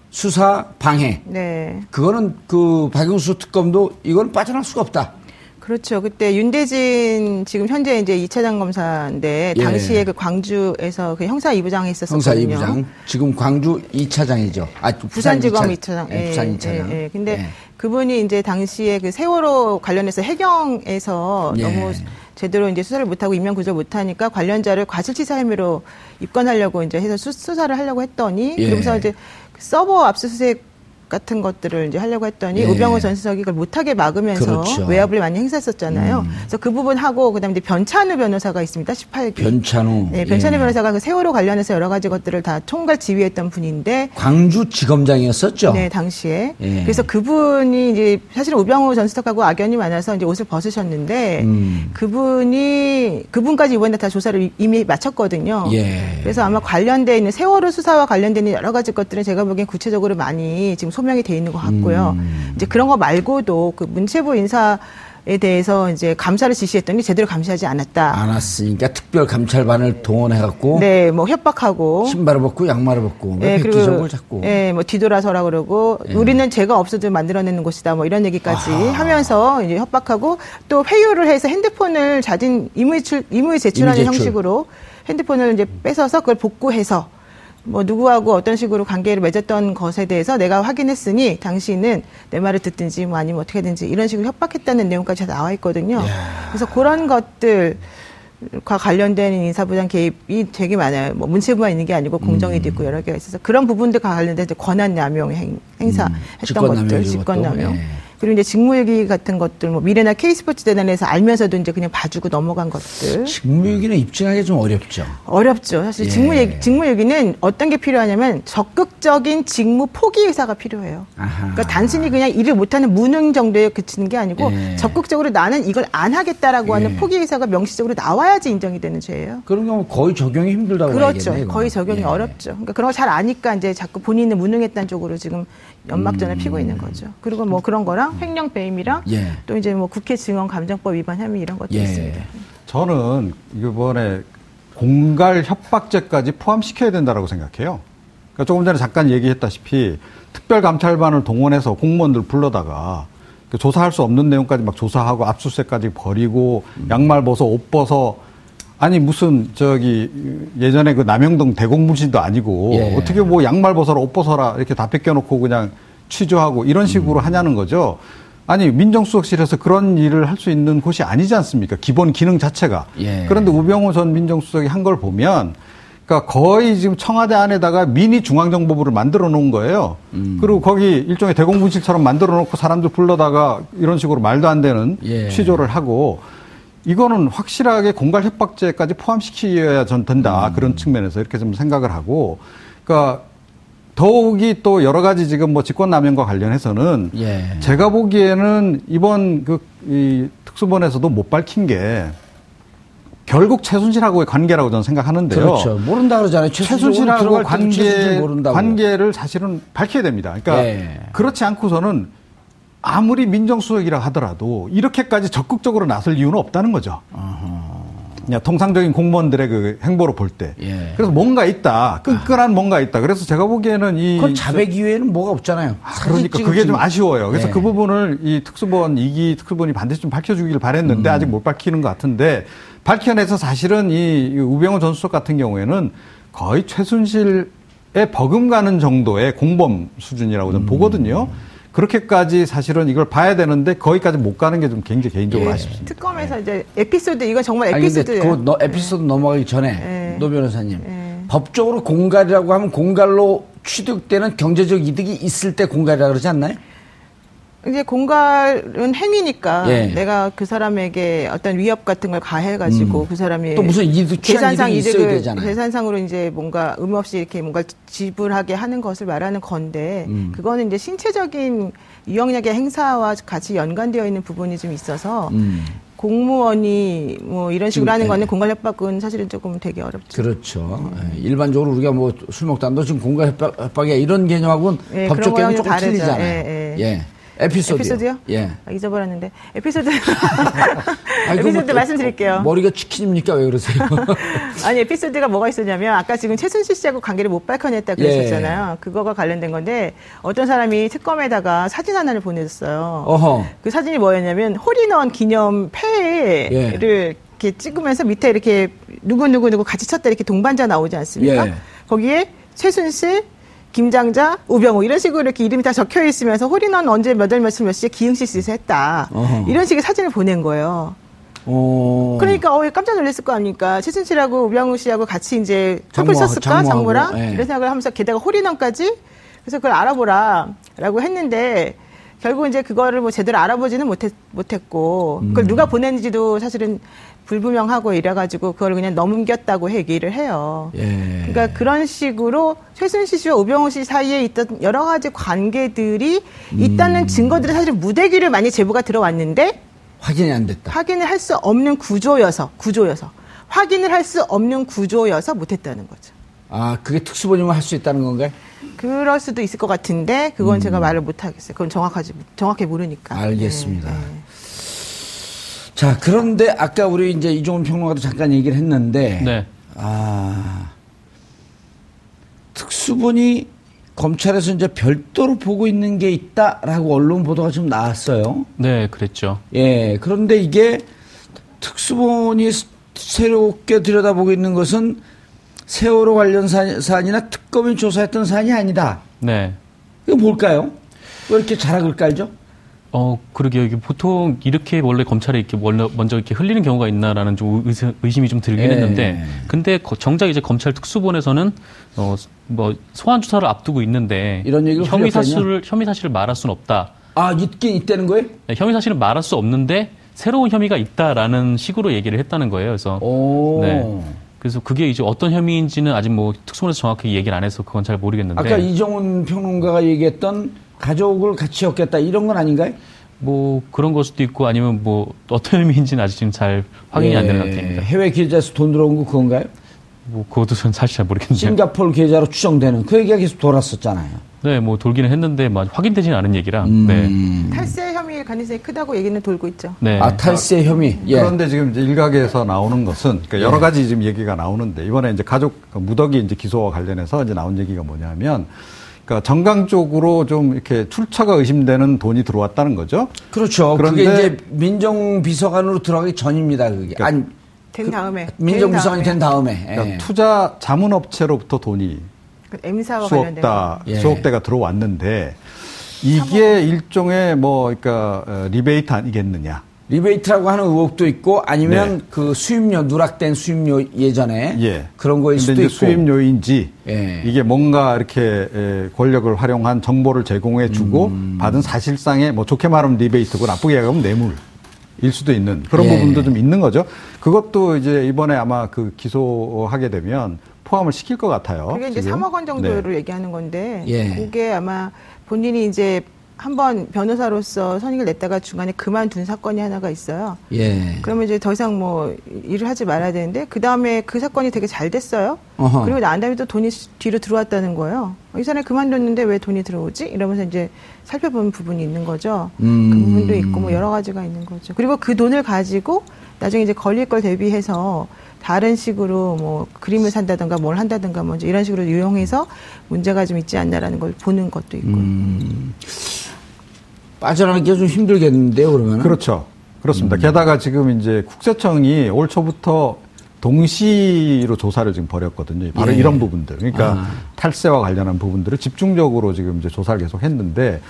Speaker 5: 수사 방해.
Speaker 10: 네.
Speaker 5: 그거는 그 박영수 특검도 이건 빠져날 수가 없다.
Speaker 10: 그렇죠. 그때 윤대진 지금 현재 이제 2차장 검사인데
Speaker 5: 예.
Speaker 10: 당시에 그 광주에서 그 형사 2부장에
Speaker 5: 형사
Speaker 10: 있었었거든요.
Speaker 5: 2부장 지금 광주 2차장이죠. 아 부산
Speaker 10: 부산지검
Speaker 5: 2차 장.
Speaker 10: 2차장.
Speaker 5: 예, 부산 2차장.
Speaker 10: 예, 예. 근데
Speaker 5: 예.
Speaker 10: 그분이 이제 당시에 그 세월호 관련해서 해경에서
Speaker 5: 예.
Speaker 10: 너무 제대로 이제 수사를 못하고 임명 구조 못하니까 관련자를 과실치사 혐의로 입건하려고 이제 해서 수, 수사를 하려고 했더니
Speaker 5: 예.
Speaker 10: 그러면서 이제 서버 압수수색 같은 것들을 이제 하려고 했더니
Speaker 5: 예.
Speaker 10: 우병우 전 수석이 그걸 못하게 막으면서
Speaker 5: 그렇죠. 음.
Speaker 10: 외압을 많이 행사했었잖아요. 그래서 그 부분하고 그다음에 이제 변찬우 변호사가 있습니다. 18기.
Speaker 5: 변찬우.
Speaker 10: 네, 변찬우
Speaker 5: 예.
Speaker 10: 변호사가 그 세월호 관련해서 여러 가지 것들을 다 총괄 지휘했던 분인데
Speaker 5: 광주 지검장이었었죠.
Speaker 10: 네, 당시에.
Speaker 5: 예.
Speaker 10: 그래서 그분이 이제 사실은 우병우 전 수석하고 악연이 많아서 이제 옷을 벗으셨는데
Speaker 5: 음.
Speaker 10: 그분이 그분까지 이번에 다 조사를 이미 마쳤거든요.
Speaker 5: 예.
Speaker 10: 그래서 아마 관련돼 있는 세월호 수사와 관련된 여러 가지 것들은 제가 보기엔 구체적으로 많이 지금 소명이 돼 있는 것 같고요.
Speaker 5: 음.
Speaker 10: 이제 그런 거 말고도 그 문체부 인사 에 대해서 이제 감사를 지시했더니 제대로 감시하지 않았다.
Speaker 5: 안 왔으니까 특별 감찰반을 동원해 갖고
Speaker 10: 네, 뭐 협박하고
Speaker 5: 신발을 벗고 양말을 벗고 왜
Speaker 10: 예,
Speaker 5: 백기적을 자꾸
Speaker 10: 예, 뭐 뒤돌아서라 그러고 우리는 죄가 없어도 만들어내는 곳이다 뭐 이런 얘기까지
Speaker 5: 아하.
Speaker 10: 하면서 이제 협박하고 또 회유를 해서 핸드폰을 자진 임의 출 임의 제출하는
Speaker 5: 임의 제출.
Speaker 10: 형식으로 핸드폰을 이제 뺏어서 그걸 복구해서 뭐 누구하고 어떤 식으로 관계를 맺었던 것에 대해서 내가 확인했으니 당신은 내 말을 듣든지 뭐 아니면 어떻게 든지 이런 식으로 협박했다는 내용까지 다 나와 있거든요. 그래서 그런 것들 과 관련된 인사부장 개입이 되게 많아요. 뭐 문체부만 있는 게 아니고 공정위도 있고 여러 개가 있어서 그런 부분들과 관련된 이제 권한 남용 행, 행사 했던
Speaker 5: 음, 직권남용이죠,
Speaker 10: 것들,
Speaker 5: 이것도.
Speaker 10: 직권남용.
Speaker 5: 예.
Speaker 10: 그리고 이제 직무유기 같은 것들, 뭐 미래나 K스포츠 재단에서 알면서도 이제 그냥 봐주고 넘어간 것들.
Speaker 5: 직무유기는 입증하기 좀 어렵죠.
Speaker 10: 어렵죠. 사실
Speaker 5: 예.
Speaker 10: 직무유기, 직무유기는 어떤 게 필요하냐면 적극적인 직무 포기 의사가 필요해요.
Speaker 5: 아하.
Speaker 10: 그러니까 단순히 그냥 일을 못하는 무능 정도에 그치는 게 아니고
Speaker 5: 예.
Speaker 10: 적극적으로 나는 이걸 안 하겠다라고 하는
Speaker 5: 예.
Speaker 10: 포기 의사가 명시적으로 나와야지 인정이 되는 죄예요.
Speaker 5: 그런 경우 거의 적용이 힘들다고
Speaker 10: 그렇죠.
Speaker 5: 봐야겠네요, 이거는.
Speaker 10: 거의 적용이
Speaker 5: 예.
Speaker 10: 어렵죠. 그러니까 그런 걸 잘 아니까 이제 자꾸 본인은 무능했다는 쪽으로 지금 연막전을 피고 있는 거죠. 그리고 뭐 그런 거랑 혐의랑 횡령 배임이랑
Speaker 5: 음. 예.
Speaker 10: 또 이제 뭐 국회 증언 감정법 위반 혐의 이런 것도
Speaker 5: 예.
Speaker 10: 있습니다.
Speaker 3: 저는 이번에 공갈 협박죄까지 포함시켜야 된다라고 생각해요. 그러니까 조금 전에 잠깐 얘기했다시피 특별감찰반을 동원해서 공무원들 불러다가 그 조사할 수 없는 내용까지 막 조사하고 압수수색까지 버리고
Speaker 5: 음.
Speaker 3: 양말 벗어 옷 벗어 아니 무슨 저기 예전에 그 남영동 대공물신도 아니고
Speaker 5: 예.
Speaker 3: 어떻게 뭐 양말 벗어라 옷 벗어라 이렇게 다 뺏겨놓고 그냥 취조하고 이런
Speaker 5: 음.
Speaker 3: 식으로 하냐는 거죠. 아니 민정수석실에서 그런 일을 할 수 있는 곳이 아니지 않습니까? 기본 기능 자체가.
Speaker 5: 예.
Speaker 3: 그런데 우병우 전 민정수석이 한 걸 보면 그러니까 거의 지금 청와대 안에다가 미니 중앙정보부를 만들어 놓은 거예요.
Speaker 5: 음.
Speaker 3: 그리고 거기 일종의 대공분실처럼 만들어 놓고 사람들 불러다가 이런 식으로 말도 안 되는
Speaker 5: 예.
Speaker 3: 취조를 하고 이거는 확실하게 공갈 협박죄까지 포함시켜야 전
Speaker 5: 음.
Speaker 3: 된다 그런 측면에서 이렇게 좀 생각을 하고 그러니까 더욱이 또 여러 가지 지금 뭐 직권남용과 관련해서는
Speaker 5: 예.
Speaker 3: 제가 보기에는 이번 그 이 특수본에서도 못 밝힌 게 결국 최순실하고의 관계라고 저는 생각하는데요.
Speaker 5: 그렇죠. 모른다 그러잖아요. 최순실하고
Speaker 3: 최순실하고
Speaker 5: 들어갈 때도
Speaker 3: 관계
Speaker 5: 최순실 모른다고.
Speaker 3: 관계를 사실은 밝혀야 됩니다. 그러니까
Speaker 5: 예.
Speaker 3: 그렇지 않고서는 아무리 민정수석이라 하더라도 이렇게까지 적극적으로 나설 이유는 없다는 거죠. 그냥 통상적인 공무원들의 그 행보로 볼 때.
Speaker 5: 예.
Speaker 3: 그래서 뭔가 있다. 끈끈한 뭔가 있다. 그래서 제가 보기에는 이
Speaker 5: 그건 자백 이외에는 뭐가 없잖아요.
Speaker 3: 아,
Speaker 5: 사진
Speaker 3: 그러니까
Speaker 5: 찍을
Speaker 3: 그게 좀
Speaker 5: 증거.
Speaker 3: 아쉬워요. 그래서
Speaker 5: 예.
Speaker 3: 그 부분을 이 특수본 이기 특수본이 반드시 좀 밝혀주기를
Speaker 5: 음.
Speaker 3: 바랬는데 아직 못 밝히는 것 같은데 밝혀내서 사실은 이 우병우 전 수석 같은 경우에는 거의 최순실에 버금가는 정도의 공범 수준이라고 저는 보거든요. 그렇게까지 사실은 이걸 봐야 되는데 거기까지 못 가는 게 좀 굉장히 개인적으로 아쉽습니다.
Speaker 10: 예. 특검에서 이제 에피소드 이건 정말
Speaker 5: 아니, 근데
Speaker 10: 에피소드예요. 네.
Speaker 5: 그거 너- 에피소드 넘어가기 전에
Speaker 10: 예.
Speaker 5: 노 변호사님
Speaker 10: 예.
Speaker 5: 법적으로 공갈이라고 하면 공갈로 취득되는 경제적 이득이 있을 때 공갈이라 그러지 않나요?
Speaker 10: 이제 공갈은 행위니까
Speaker 5: 예.
Speaker 10: 내가 그 사람에게 어떤 위협 같은 걸 가해가지고 그 사람이
Speaker 5: 음. 또 무슨 이득, 취한
Speaker 10: 계산상
Speaker 5: 이득이 있어야
Speaker 10: 이득을
Speaker 5: 되잖아요.
Speaker 10: 계산상으로 이제 뭔가 의무 없이 이렇게 뭔가 지불하게 하는 것을 말하는 건데
Speaker 5: 음.
Speaker 10: 그거는 이제 신체적인 유형력의 행사와 같이 연관되어 있는 부분이 좀 있어서 공무원이 뭐 이런 식으로 하는
Speaker 5: 음. 예.
Speaker 10: 거는 공갈 협박은 사실은 조금 되게 어렵죠.
Speaker 5: 그렇죠. 예, 일반적으로 우리가 뭐 술 먹다 너 지금 공갈 협박, 협박이야 이런 개념하고는
Speaker 10: 예,
Speaker 5: 법적
Speaker 10: 그런
Speaker 5: 개념이
Speaker 10: 거랑은
Speaker 5: 조금
Speaker 10: 다르죠.
Speaker 5: 틀리잖아요.
Speaker 10: 예,
Speaker 5: 예.
Speaker 10: 예.
Speaker 5: 에피소드요.
Speaker 10: 에피소드요?
Speaker 5: 예.
Speaker 10: 아, 잊어버렸는데 에피소드
Speaker 5: 아니, 그거
Speaker 10: 에피소드
Speaker 5: 뭐-
Speaker 10: 말씀드릴게요.
Speaker 5: 머리가 치킨입니까? 왜 그러세요?
Speaker 10: 아니 에피소드가 뭐가 있었냐면 아까 지금 최순실 씨하고 관계를 못 밝혀냈다
Speaker 5: 예.
Speaker 10: 그러셨잖아요. 그거가 관련된 건데 어떤 사람이 특검에다가 사진 하나를 보내줬어요.
Speaker 5: 어허.
Speaker 10: 그 사진이 뭐였냐면 홀인원 기념 폐를
Speaker 5: 예.
Speaker 10: 이렇게 찍으면서 밑에 이렇게 누구 누구 누구 같이 쳤다 이렇게 동반자 나오지 않습니까?
Speaker 5: 예.
Speaker 10: 거기에 최순실 김장자, 우병우 이런 식으로 이렇게 이름이 다 적혀 있으면서 홀인원 언제 몇월 며칠 몇 시에 기흥시 씨에서 했다
Speaker 5: 어허.
Speaker 10: 이런 식의 사진을 보낸 거예요.
Speaker 5: 어.
Speaker 10: 그러니까 어 깜짝 놀랐을 거 아닙니까? 최순실하고 우병우 씨하고 같이 이제 커플
Speaker 5: 장모하고,
Speaker 10: 썼을까?
Speaker 5: 장모하고,
Speaker 10: 장모랑
Speaker 5: 예.
Speaker 10: 이런 생각을 하면서 게다가 홀인원까지 그래서 그걸 알아보라라고 했는데 결국 이제 그거를 뭐 제대로 알아보지는 못했, 못했고
Speaker 5: 음.
Speaker 10: 그걸 누가 보냈는지도 사실은 불분명하고 이래가지고 그걸 그냥 넘겼다고 얘기를 해요.
Speaker 5: 예.
Speaker 10: 그러니까 그런 식으로 최순실 씨와 우병우 씨 사이에 있던 여러 가지 관계들이
Speaker 5: 음.
Speaker 10: 있다는 증거들이 사실 무대기를 많이 제보가 들어왔는데
Speaker 5: 확인이 안 됐다.
Speaker 10: 네. 확인을 할 수 없는 구조여서 구조여서 확인을 할 수 없는 구조여서 못했다는 거죠.
Speaker 5: 아, 그게 특수본이면 할 수 있다는 건가요?
Speaker 10: 그럴 수도 있을 것 같은데 그건 제가 말을 못 하겠어요. 그건 정확하지 정확히 모르니까.
Speaker 5: 음.
Speaker 10: 네,
Speaker 5: 알겠습니다. 자, 그런데 아까 우리 이제 이종훈 평론가도 잠깐 얘기를 했는데,
Speaker 8: 네.
Speaker 5: 아, 특수본이 검찰에서 이제 별도로 보고 있는 게 있다라고 언론 보도가 좀 나왔어요.
Speaker 8: 네, 그랬죠.
Speaker 5: 예, 그런데 이게 특수본이 스- 새롭게 들여다보고 있는 것은 세월호 관련 사- 사안이나 특검이 조사했던 사안이 아니다.
Speaker 8: 네.
Speaker 5: 이거 뭘까요? 왜 이렇게 자락을 깔죠?
Speaker 8: 어, 그러게요. 이게 보통 이렇게 원래 검찰에 이렇게 원래 먼저 이렇게 흘리는 경우가 있나라는 좀 의세- 의심이 좀 들긴
Speaker 5: 예.
Speaker 8: 했는데, 근데 거- 정작 이제 검찰 특수본에서는 어, 뭐 소환 조사를 앞두고 있는데
Speaker 5: 이런 얘기를
Speaker 8: 혐의
Speaker 5: 흘렸다냐?
Speaker 8: 사실을 혐의 사실을 말할 수는 없다.
Speaker 5: 아, 있긴 있다는 거예요?
Speaker 8: 네, 혐의 사실은 말할 수 없는데 새로운 혐의가 있다라는 식으로 얘기를 했다는 거예요. 그래서
Speaker 5: 어. 오.
Speaker 8: 네. 그래서 그게 이제 어떤 혐의인지는 아직 뭐 특수본에서 정확히 얘기를 안 해서 그건 잘 모르겠는데
Speaker 5: 아까 이정훈 평론가가 얘기했던 가족을 같이 엮겠다 이런 건 아닌가요?
Speaker 8: 뭐 그런 걸 수도 있고 아니면 뭐 어떤 혐의인지는 아직 지금 잘 확인이 안
Speaker 5: 예,
Speaker 8: 되는 상태입니다.
Speaker 5: 해외 계좌에서 돈 들어온 거 그건가요?
Speaker 8: 뭐 그것도 전 사실 잘 모르겠는데.
Speaker 5: 싱가포르 계좌로 추정되는 그 얘기가 계속 돌았었잖아요.
Speaker 8: 네, 뭐 돌기는 했는데 막 확인되지는 않은 얘기라.
Speaker 5: 음.
Speaker 10: 탈세 혐의의 가능성이 크다고 얘기는 돌고 있죠.
Speaker 8: 네. 네.
Speaker 5: 아 탈세 혐의. 예. 네.
Speaker 3: 그런데 지금 이제 일각에서 나오는 것은 그러니까 여러 가지 지금 얘기가 나오는데 이번에 이제 가족 그러니까 무더기 이제 기소와 관련해서 이제 나온 얘기가 뭐냐면 그러니까 정강 쪽으로 좀 이렇게 출처가 의심되는 돈이 들어왔다는 거죠.
Speaker 5: 그렇죠.
Speaker 3: 그런데-
Speaker 5: 그게 이제 민정비서관으로 들어가기 전입니다. 그게 아니
Speaker 10: 된 다음에
Speaker 5: 민정비서관이 된 다음에. 예.
Speaker 3: 그러니까 투자 자문업체로부터 돈이
Speaker 10: 그 M사와 관련된
Speaker 3: 수억다
Speaker 5: 예.
Speaker 3: 수억대가 들어왔는데 이게 일종의 뭐 그러니까 어, 리베이트 아니겠느냐. 네.
Speaker 5: 리베이트라고 하는 의혹도 있고 아니면 그 수입료 누락된 수입료 예전에
Speaker 3: 예.
Speaker 5: 그런 거일 수도
Speaker 3: 근데
Speaker 5: 있고.
Speaker 3: 이제 수입료인지
Speaker 5: 예.
Speaker 3: 이게 뭔가 이렇게 에, 권력을 활용한 정보를 제공해 주고
Speaker 5: 음.
Speaker 3: 받은 사실상의 뭐 좋게 말하면 리베이트고 나쁘게 얘기하면 뇌물. 일 수도 있는 그런
Speaker 5: 예.
Speaker 3: 부분도 좀 있는 거죠. 그것도 이제 이번에 아마 그 기소하게 되면 포함을 시킬 것 같아요.
Speaker 10: 그게 이제
Speaker 3: 지금.
Speaker 10: 3억 원
Speaker 3: 네.
Speaker 10: 정도를 얘기하는 건데
Speaker 5: 예.
Speaker 10: 그게 아마 본인이 이제 한번 변호사로서 선임을 냈다가 중간에 그만둔 사건이 하나가 있어요.
Speaker 5: 예.
Speaker 10: 그러면 이제 더 이상 뭐 일을 하지 말아야 되는데 그 다음에 그 사건이 되게 잘 됐어요.
Speaker 5: 어허.
Speaker 10: 그리고 난 다음에 또 돈이 수- 뒤로 들어왔다는 거예요. 이 사람이 그만뒀는데 왜 돈이 들어오지? 이러면서 이제 살펴본 부분이 있는 거죠.
Speaker 5: 음.
Speaker 10: 그 부분도 있고 뭐 여러 가지가 있는 거죠. 그리고 그 돈을 가지고 나중에 이제 걸릴 걸 대비해서 다른 식으로 뭐 그림을 산다든가 뭘 한다든가 뭐 이제 이런 식으로 유용해서 문제가 좀 있지 않냐라는 걸 보는 것도 있고요.
Speaker 5: 음. 빠져나가기가 좀 힘들겠는데요, 그러면.
Speaker 3: 그렇죠. 그렇습니다. 게다가 지금 이제 국세청이 올 초부터 동시로 조사를 지금 벌였거든요. 바로
Speaker 5: 예.
Speaker 3: 이런 부분들. 그러니까 탈세와 관련한 부분들을 집중적으로 지금 이제 조사를 계속 했는데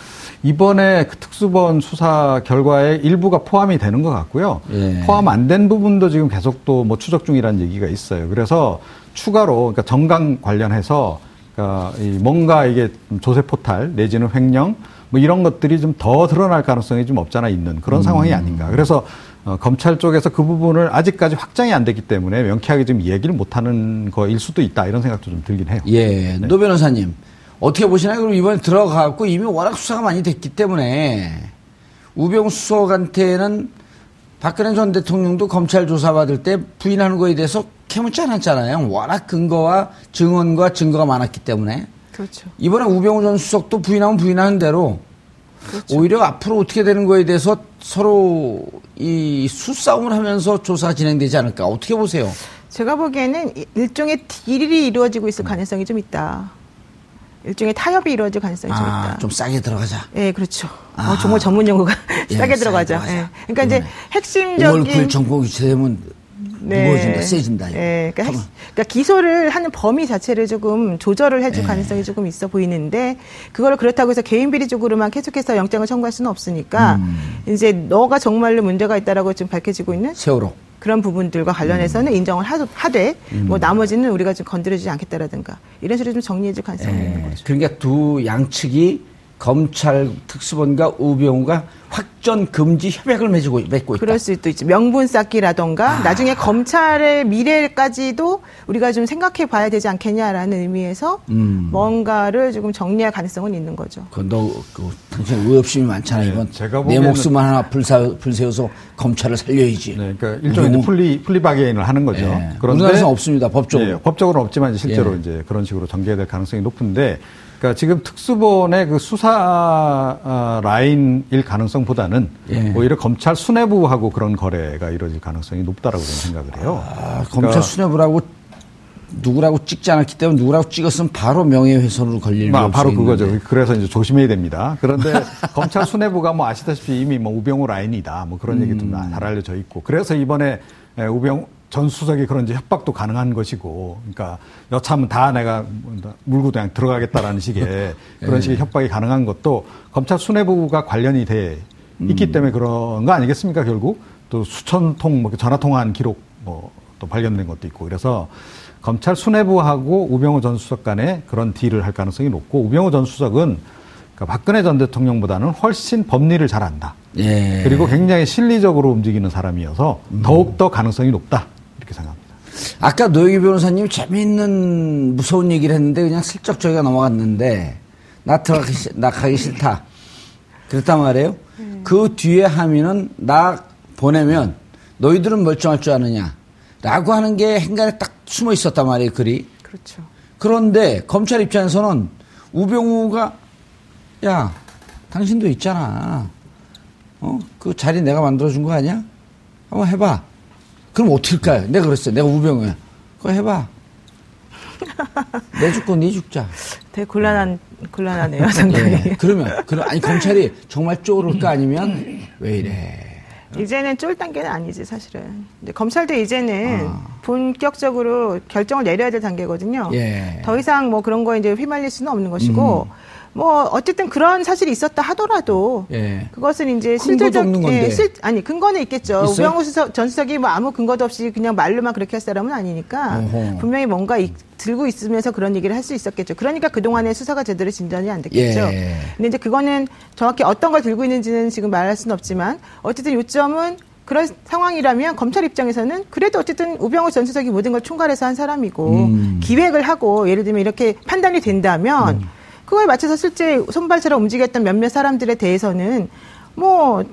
Speaker 3: 이번에 그 특수본 수사 결과에 일부가 포함이 되는 것 같고요.
Speaker 5: 예.
Speaker 3: 포함 안 된 부분도 지금 계속 또 뭐 추적 중이라는 얘기가 있어요. 그래서 추가로 그러니까 정강 관련해서 그러니까 이 뭔가 이게 조세 포탈 내지는 횡령 뭐 이런 것들이 좀 더 드러날 가능성이 좀 없잖아 있는 그런 상황이 아닌가. 그래서 어, 검찰 쪽에서 그 부분을 아직까지 확장이 안 됐기 때문에 명쾌하게 지금 얘기를 못하는 거일 수도 있다 이런 생각도 좀 들긴 해요.
Speaker 5: 예, 노 변호사님 어떻게 보시나요? 그럼 이번에 들어가고 이미 워낙 수사가 많이 됐기 때문에 우병 수석한테는 박근혜 전 대통령도 검찰 조사받을 때 부인하는 거에 대해서 캐묻지 않았잖아요. 워낙 근거와 증언과 증거가 많았기 때문에
Speaker 10: 그렇죠.
Speaker 5: 이번에 우병우 전 수석도 부인하면 부인하는 대로 오히려 앞으로 어떻게 되는 거에 대해서 서로 이 수싸움을 하면서 조사가 진행되지 않을까 어떻게 보세요?
Speaker 10: 제가 보기에는 이- 일종의 딜이 이루어지고 있을 가능성이 좀 있다. 일종의 타협이 이루어질 가능성이 좀
Speaker 5: 아,
Speaker 10: 있다.
Speaker 5: 좀 싸게 들어가자.
Speaker 10: 예, 그렇죠. 어, 정말 전문 연구가
Speaker 5: 예,
Speaker 10: 싸게
Speaker 5: 싸게
Speaker 10: 들어가죠.
Speaker 5: 들어가자.
Speaker 10: 예. 그러니까 이제 핵심적인
Speaker 5: 5월 9일 정보 유치되면 무거워진다, 세진다. 이거.
Speaker 10: 네. 그러니까, 핵-
Speaker 5: 정말.
Speaker 10: 그러니까 기소를 하는 범위 자체를 조금 조절을 해줄
Speaker 5: 네.
Speaker 10: 가능성이 조금 있어 보이는데 그걸 그렇다고 해서 개인 비리 쪽으로만 계속해서 영장을 청구할 수는 없으니까
Speaker 5: 음.
Speaker 10: 이제 너가 정말로 문제가 있다라고 지금 밝혀지고 있는
Speaker 5: 세월호.
Speaker 10: 그런 부분들과 관련해서는 인정을 하- 하되 뭐 나머지는 우리가 좀 건드려주지 않겠다라든가 이런 식으로 좀 정리해줄 가능성이 있는
Speaker 5: 예.
Speaker 10: 거죠.
Speaker 5: 그러니까 두 양측이 검찰 특수본과 우병우가 확전 금지 협약을 맺고, 맺고 있다.
Speaker 10: 그럴 수도 있지. 명분 쌓기라던가 나중에 검찰의 미래까지도 우리가 좀 생각해 봐야 되지 않겠냐라는 의미에서 뭔가를 조금 정리할 가능성은 있는 거죠.
Speaker 5: 그건 너, 그, 당신 의협심이 많잖아,
Speaker 3: 네,
Speaker 5: 이건.
Speaker 3: 제가
Speaker 5: 내
Speaker 3: 보기에는-
Speaker 5: 목숨만 하나 불사, 불세워서 검찰을 살려야지.
Speaker 3: 네, 그러니까 일종의 이제 플리 플리바게인을 하는 거죠. 예,
Speaker 5: 예. 우리나라에서는 없습니다, 법적으로.
Speaker 3: 네, 법적으로 없지만 이제 실제로
Speaker 5: 예.
Speaker 3: 이제 그런 식으로 전개될 가능성이 높은데, 그러니까 지금 특수본의 그 수사 아, 라인일 가능성보다는
Speaker 5: 예.
Speaker 3: 오히려 검찰 수뇌부하고 그런 거래가 이루어질 가능성이 높다라고 저는 생각을 해요.
Speaker 5: 아,
Speaker 3: 그러니까
Speaker 5: 검찰 수뇌부라고 누구라고 찍지 않았기 때문에 누구라고 찍었으면 바로 명예훼손으로 걸릴
Speaker 3: 아,
Speaker 5: 위험성이
Speaker 3: 바로 그거죠.
Speaker 5: 있는데.
Speaker 3: 그래서 이제 조심해야 됩니다. 그런데 검찰 수뇌부가 뭐 아시다시피 이미 뭐 우병우 라인이다. 뭐 그런 얘기도 다- 잘 알려져 있고. 그래서 이번에 에, 우병우 전 수석이 그런 이제 협박도 가능한 것이고. 그러니까 여차하면 다 내가 뭐다 물고 그냥 들어가겠다라는 식의
Speaker 5: 예.
Speaker 3: 그런 식의 협박이 가능한 것도 검찰 수뇌부가 관련이 돼 음. 있기 때문에 그런 거 아니겠습니까? 결국 또 수천 통뭐 전화 통화한 기록 뭐 또 발견된 것도 있고 그래서 검찰 수뇌부하고 우병우 전 수석 간에 그런 딜을 할 가능성이 높고 우병우 전 수석은 그러니까 박근혜 전 대통령보다는 훨씬 법리를 잘 안다.
Speaker 5: 예. 음.
Speaker 3: 그리고 굉장히 실리적으로 움직이는 사람이어서 더욱 더 가능성이 높다 이렇게 생각합니다.
Speaker 5: 아까 노영희 변호사님 재미있는 무서운 얘기를 했는데 그냥 슬쩍 저희가 넘어갔는데 나 들어가기 싫- 나 가기 싫다. 그랬단 말이에요. 그 뒤에 함의는 나 보내면 너희들은 멀쩡할 줄 아느냐. 라고 하는 게 행간에 딱 숨어 있었단 말이에요, 글이.
Speaker 10: 그렇죠.
Speaker 5: 그런데 검찰 입장에서는 우병우가 야 당신도 있잖아 어그 자리 내가 만들어준 거 아니야 한번 해봐 그럼 어떨까요 내가 그랬어요 내가 우병우야 그거 해봐 내 죽고 네 죽자
Speaker 10: 되게 곤란한 곤란하네요 상당히.
Speaker 5: 예, 그러면 그럼 아니 검찰이 정말 쪼를까 아니면 왜 이래
Speaker 10: 이제는 쫄 단계는 아니지 사실은. 근데 검찰도 이제는 본격적으로 결정을 내려야 될 단계거든요.
Speaker 5: 예.
Speaker 10: 어. 더 이상 뭐 그런 거에 이제 휘말릴 수는 없는
Speaker 5: 음.
Speaker 10: 것이고 뭐 어쨌든 그런 사실이 있었다 하더라도
Speaker 5: 예.
Speaker 10: 그것은 이제
Speaker 5: 근거도
Speaker 10: 실질적
Speaker 5: 없는 건데.
Speaker 10: 예, 실- 아니 근거는 있겠죠.
Speaker 5: 있어요?
Speaker 10: 우병우 수석- 전 수석이 뭐 아무 근거도 없이 그냥 말로만 그렇게 할 사람은 아니니까
Speaker 5: 어허.
Speaker 10: 분명히 뭔가 이- 들고 있으면서 그런 얘기를 할 수 있었겠죠. 그러니까 그 동안의 수사가 제대로 진전이 안 됐겠죠.
Speaker 5: 예.
Speaker 10: 근데 이제 그거는 정확히 어떤 걸 들고 있는지는 지금 말할 수는 없지만 어쨌든 요점은 그런 상황이라면 검찰 입장에서는 그래도 어쨌든 우병우 전 수석이 모든 걸 총괄해서 한 사람이고 기획을 하고 예를 들면 이렇게 판단이 된다면 그거에 맞춰서 실제 손발처럼 움직였던 몇몇 사람들에 대해서는 뭐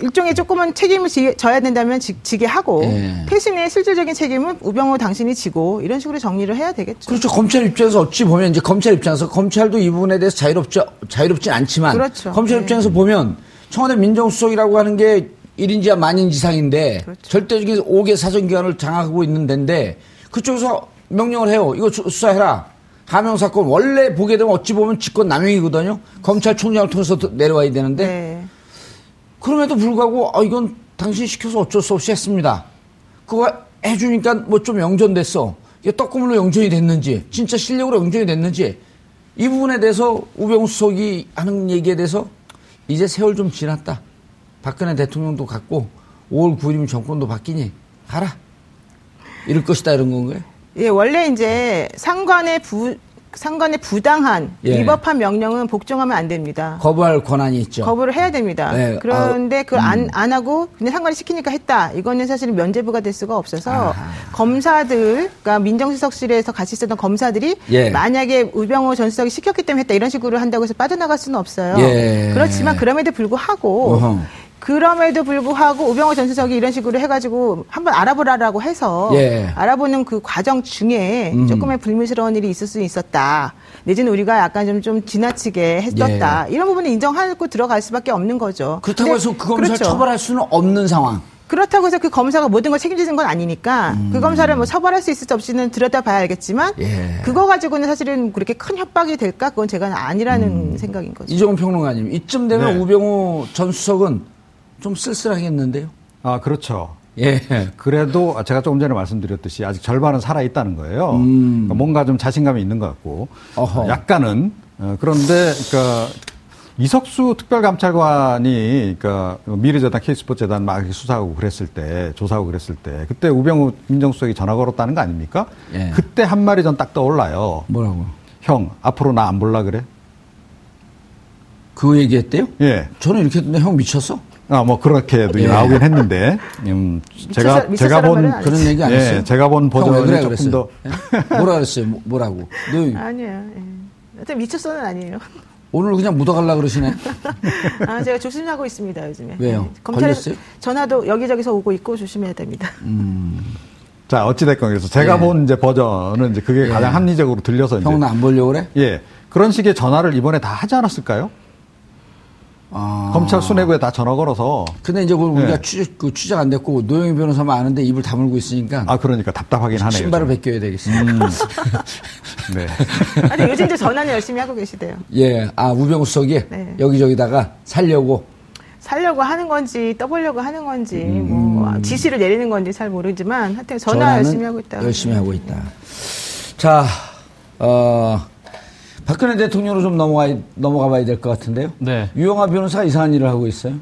Speaker 10: 일종의 조금은 책임을 지, 져야 된다면 지, 지게 하고
Speaker 5: 예.
Speaker 10: 대신에 실질적인 책임은 우병우 당신이 지고 이런 식으로 정리를 해야 되겠죠.
Speaker 5: 그렇죠. 검찰 입장에서 어찌 보면 이제 검찰 입장에서 검찰도 이 부분에 대해서 자유롭지 자유롭진 않지만
Speaker 10: 그렇죠.
Speaker 5: 검찰
Speaker 10: 네.
Speaker 5: 입장에서 보면 청와대 민정수석이라고 하는 게 1인지와 만인지상인데
Speaker 10: 그렇죠.
Speaker 5: 절대적인 5개 사정기관을 장악하고 있는 데인데 그쪽에서 명령을 해요. 이거 수- 수사해라. 하명 사건 원래 보게 되면 어찌 보면 직권 남용이거든요. 검찰총장을 통해서 더- 내려와야 되는데
Speaker 10: 네.
Speaker 5: 그럼에도 불구하고 아 이건 당신 시켜서 어쩔 수 없이 했습니다. 그거 해주니까 뭐 좀 영전됐어. 이게 떡고물로 영전이 됐는지 진짜 실력으로 영전이 됐는지 이 부분에 대해서 우병우 수석이 하는 얘기에 대해서 이제 세월 좀 지났다. 박근혜 대통령도 갔고 5월 9일이면 정권도 바뀌니 가라. 이럴 것이다 이런 건가요?
Speaker 10: 예, 원래 이제 상관의 부 상관의 부당한
Speaker 5: 예.
Speaker 10: 위법한 명령은 복종하면 안 됩니다.
Speaker 5: 거부할 권한이 있죠.
Speaker 10: 거부를 해야 됩니다.
Speaker 5: 네, 음.
Speaker 10: 그런데 그걸 안, 안 하고 그냥 상관이 시키니까 했다. 이거는 사실은 면죄부가 될 수가 없어서
Speaker 5: 아.
Speaker 10: 검사들, 그러니까 민정수석실에서 같이 있었던 검사들이
Speaker 5: 예.
Speaker 10: 만약에 우병우 전 수석이 시켰기 때문에 했다 이런 식으로 한다고 해서 빠져나갈 수는 없어요.
Speaker 5: 예.
Speaker 10: 그렇지만 그럼에도 불구하고
Speaker 5: 어허.
Speaker 10: 그럼에도 불구하고 우병우 전 수석이 이런 식으로 해가지고 한번 알아보라라고 해서
Speaker 5: 예. 음.
Speaker 10: 알아보는 그 과정 중에 조금의 불미스러운 일이 있을 수 있었다. 내지는 우리가 약간 좀, 좀 지나치게 했었다. 이런 부분은 인정하고 들어갈 수밖에 없는 거죠.
Speaker 5: 예. 그렇다고
Speaker 10: 근데-
Speaker 5: 해서 그 검사를
Speaker 10: 그렇죠.
Speaker 5: 처벌할 수는 없는 상황.
Speaker 10: 그렇다고 해서 그 검사가 모든 걸 책임지는 건 아니니까 그 검사를 뭐 처벌할 수 있을지 없이는 들여다봐야 알겠지만
Speaker 5: 음. 예.
Speaker 10: 그거 가지고는 사실은 그렇게 큰 협박이 될까 그건 제가 아니라는 생각인 거죠.
Speaker 5: 음. 이종훈 평론가님 이쯤 되면
Speaker 3: 네.
Speaker 5: 우병우 전 수석은 좀 쓸쓸하겠는데요.
Speaker 3: 아, 그렇죠.
Speaker 5: 예.
Speaker 3: 그래도 제가 조금 전에 말씀드렸듯이 아직 절반은 살아 있다는 거예요.
Speaker 5: 음.
Speaker 3: 그러니까 뭔가 좀 자신감이 있는 것 같고
Speaker 5: 어허.
Speaker 3: 약간은 어, 그런데 그러니까 이석수 특별감찰관이 그러니까 미래재단 K스포츠재단 막 이렇게 수사하고 그랬을 때 조사하고 그랬을 때 그때 우병우 민정수석이 전화 걸었다는 거 아닙니까?
Speaker 5: 예.
Speaker 3: 그때 한 말이 전 딱 떠올라요.
Speaker 5: 뭐라고?
Speaker 3: 형 앞으로 나 안 볼라 그래?
Speaker 5: 그 얘기했대요?
Speaker 3: 예.
Speaker 5: 저는 이렇게 했는데 형 미쳤어?
Speaker 3: 아 뭐 그렇게도
Speaker 5: 예.
Speaker 3: 나오긴 했는데 음, 제가
Speaker 10: 미쳤어-
Speaker 3: 제가
Speaker 10: 미쳤어라는 말은
Speaker 3: 본
Speaker 10: 안
Speaker 5: 그런 얘기 안
Speaker 3: 예,
Speaker 5: 했어요?
Speaker 3: 제가 본
Speaker 5: 형왜
Speaker 3: 버전이
Speaker 5: 그래
Speaker 3: 조금
Speaker 5: 그랬어요?
Speaker 3: 더-
Speaker 5: 예? 뭐라 그랬어요? 뭐- 뭐라고? 너
Speaker 10: 아니에요. 예. 하여튼 미쳤어는 아니에요.
Speaker 5: 오늘 그냥 묻어갈라 그러시네.
Speaker 10: 아, 제가 조심하고 있습니다, 요즘에. 예.
Speaker 5: 왜요?
Speaker 10: 검찰에
Speaker 5: 걸렸어요? 음.
Speaker 10: 전화도 여기저기서 오고 있고 조심해야 됩니다.
Speaker 3: 자 어찌됐건 그래서 제가
Speaker 5: 예.
Speaker 3: 본 이제 버전은 이제 그게 가장 합리적으로 들려서 이제
Speaker 5: 형 나 안 보려고 그래?
Speaker 3: 예 그런 식의 전화를 이번에 다 하지 않았을까요?
Speaker 5: 아.
Speaker 3: 검찰 수뇌부에 다 전화 걸어서
Speaker 5: 근데 이제 그걸 우리가
Speaker 3: 예.
Speaker 5: 취, 그 취재가 안 됐고 노영희 변호사만 아는데 입을 다물고 있으니까
Speaker 3: 아 그러니까 답답하긴 하네요. 음.
Speaker 5: 신발을
Speaker 3: 좀.
Speaker 5: 벗겨야 되겠습니다.
Speaker 3: 네.
Speaker 10: 아니, 요즘 이제 전화는 열심히 하고 계시대요.
Speaker 5: 예. 아 우병우 수석이
Speaker 10: 네.
Speaker 5: 여기저기다가 살려고
Speaker 10: 살려고 하는 건지, 떠보려고 하는 건지, 뭐, 지시를 내리는 건지 잘 모르지만, 하여튼 전화
Speaker 5: 음. 전화는
Speaker 10: 열심히 하고 있다. 네.
Speaker 5: 열심히 하고 있다. 자, 어, 박근혜 대통령으로 좀 넘어가, 넘어가 봐야 될 것 같은데요.
Speaker 8: 네.
Speaker 5: 유영아 변호사가 이상한 일을 하고 있어요.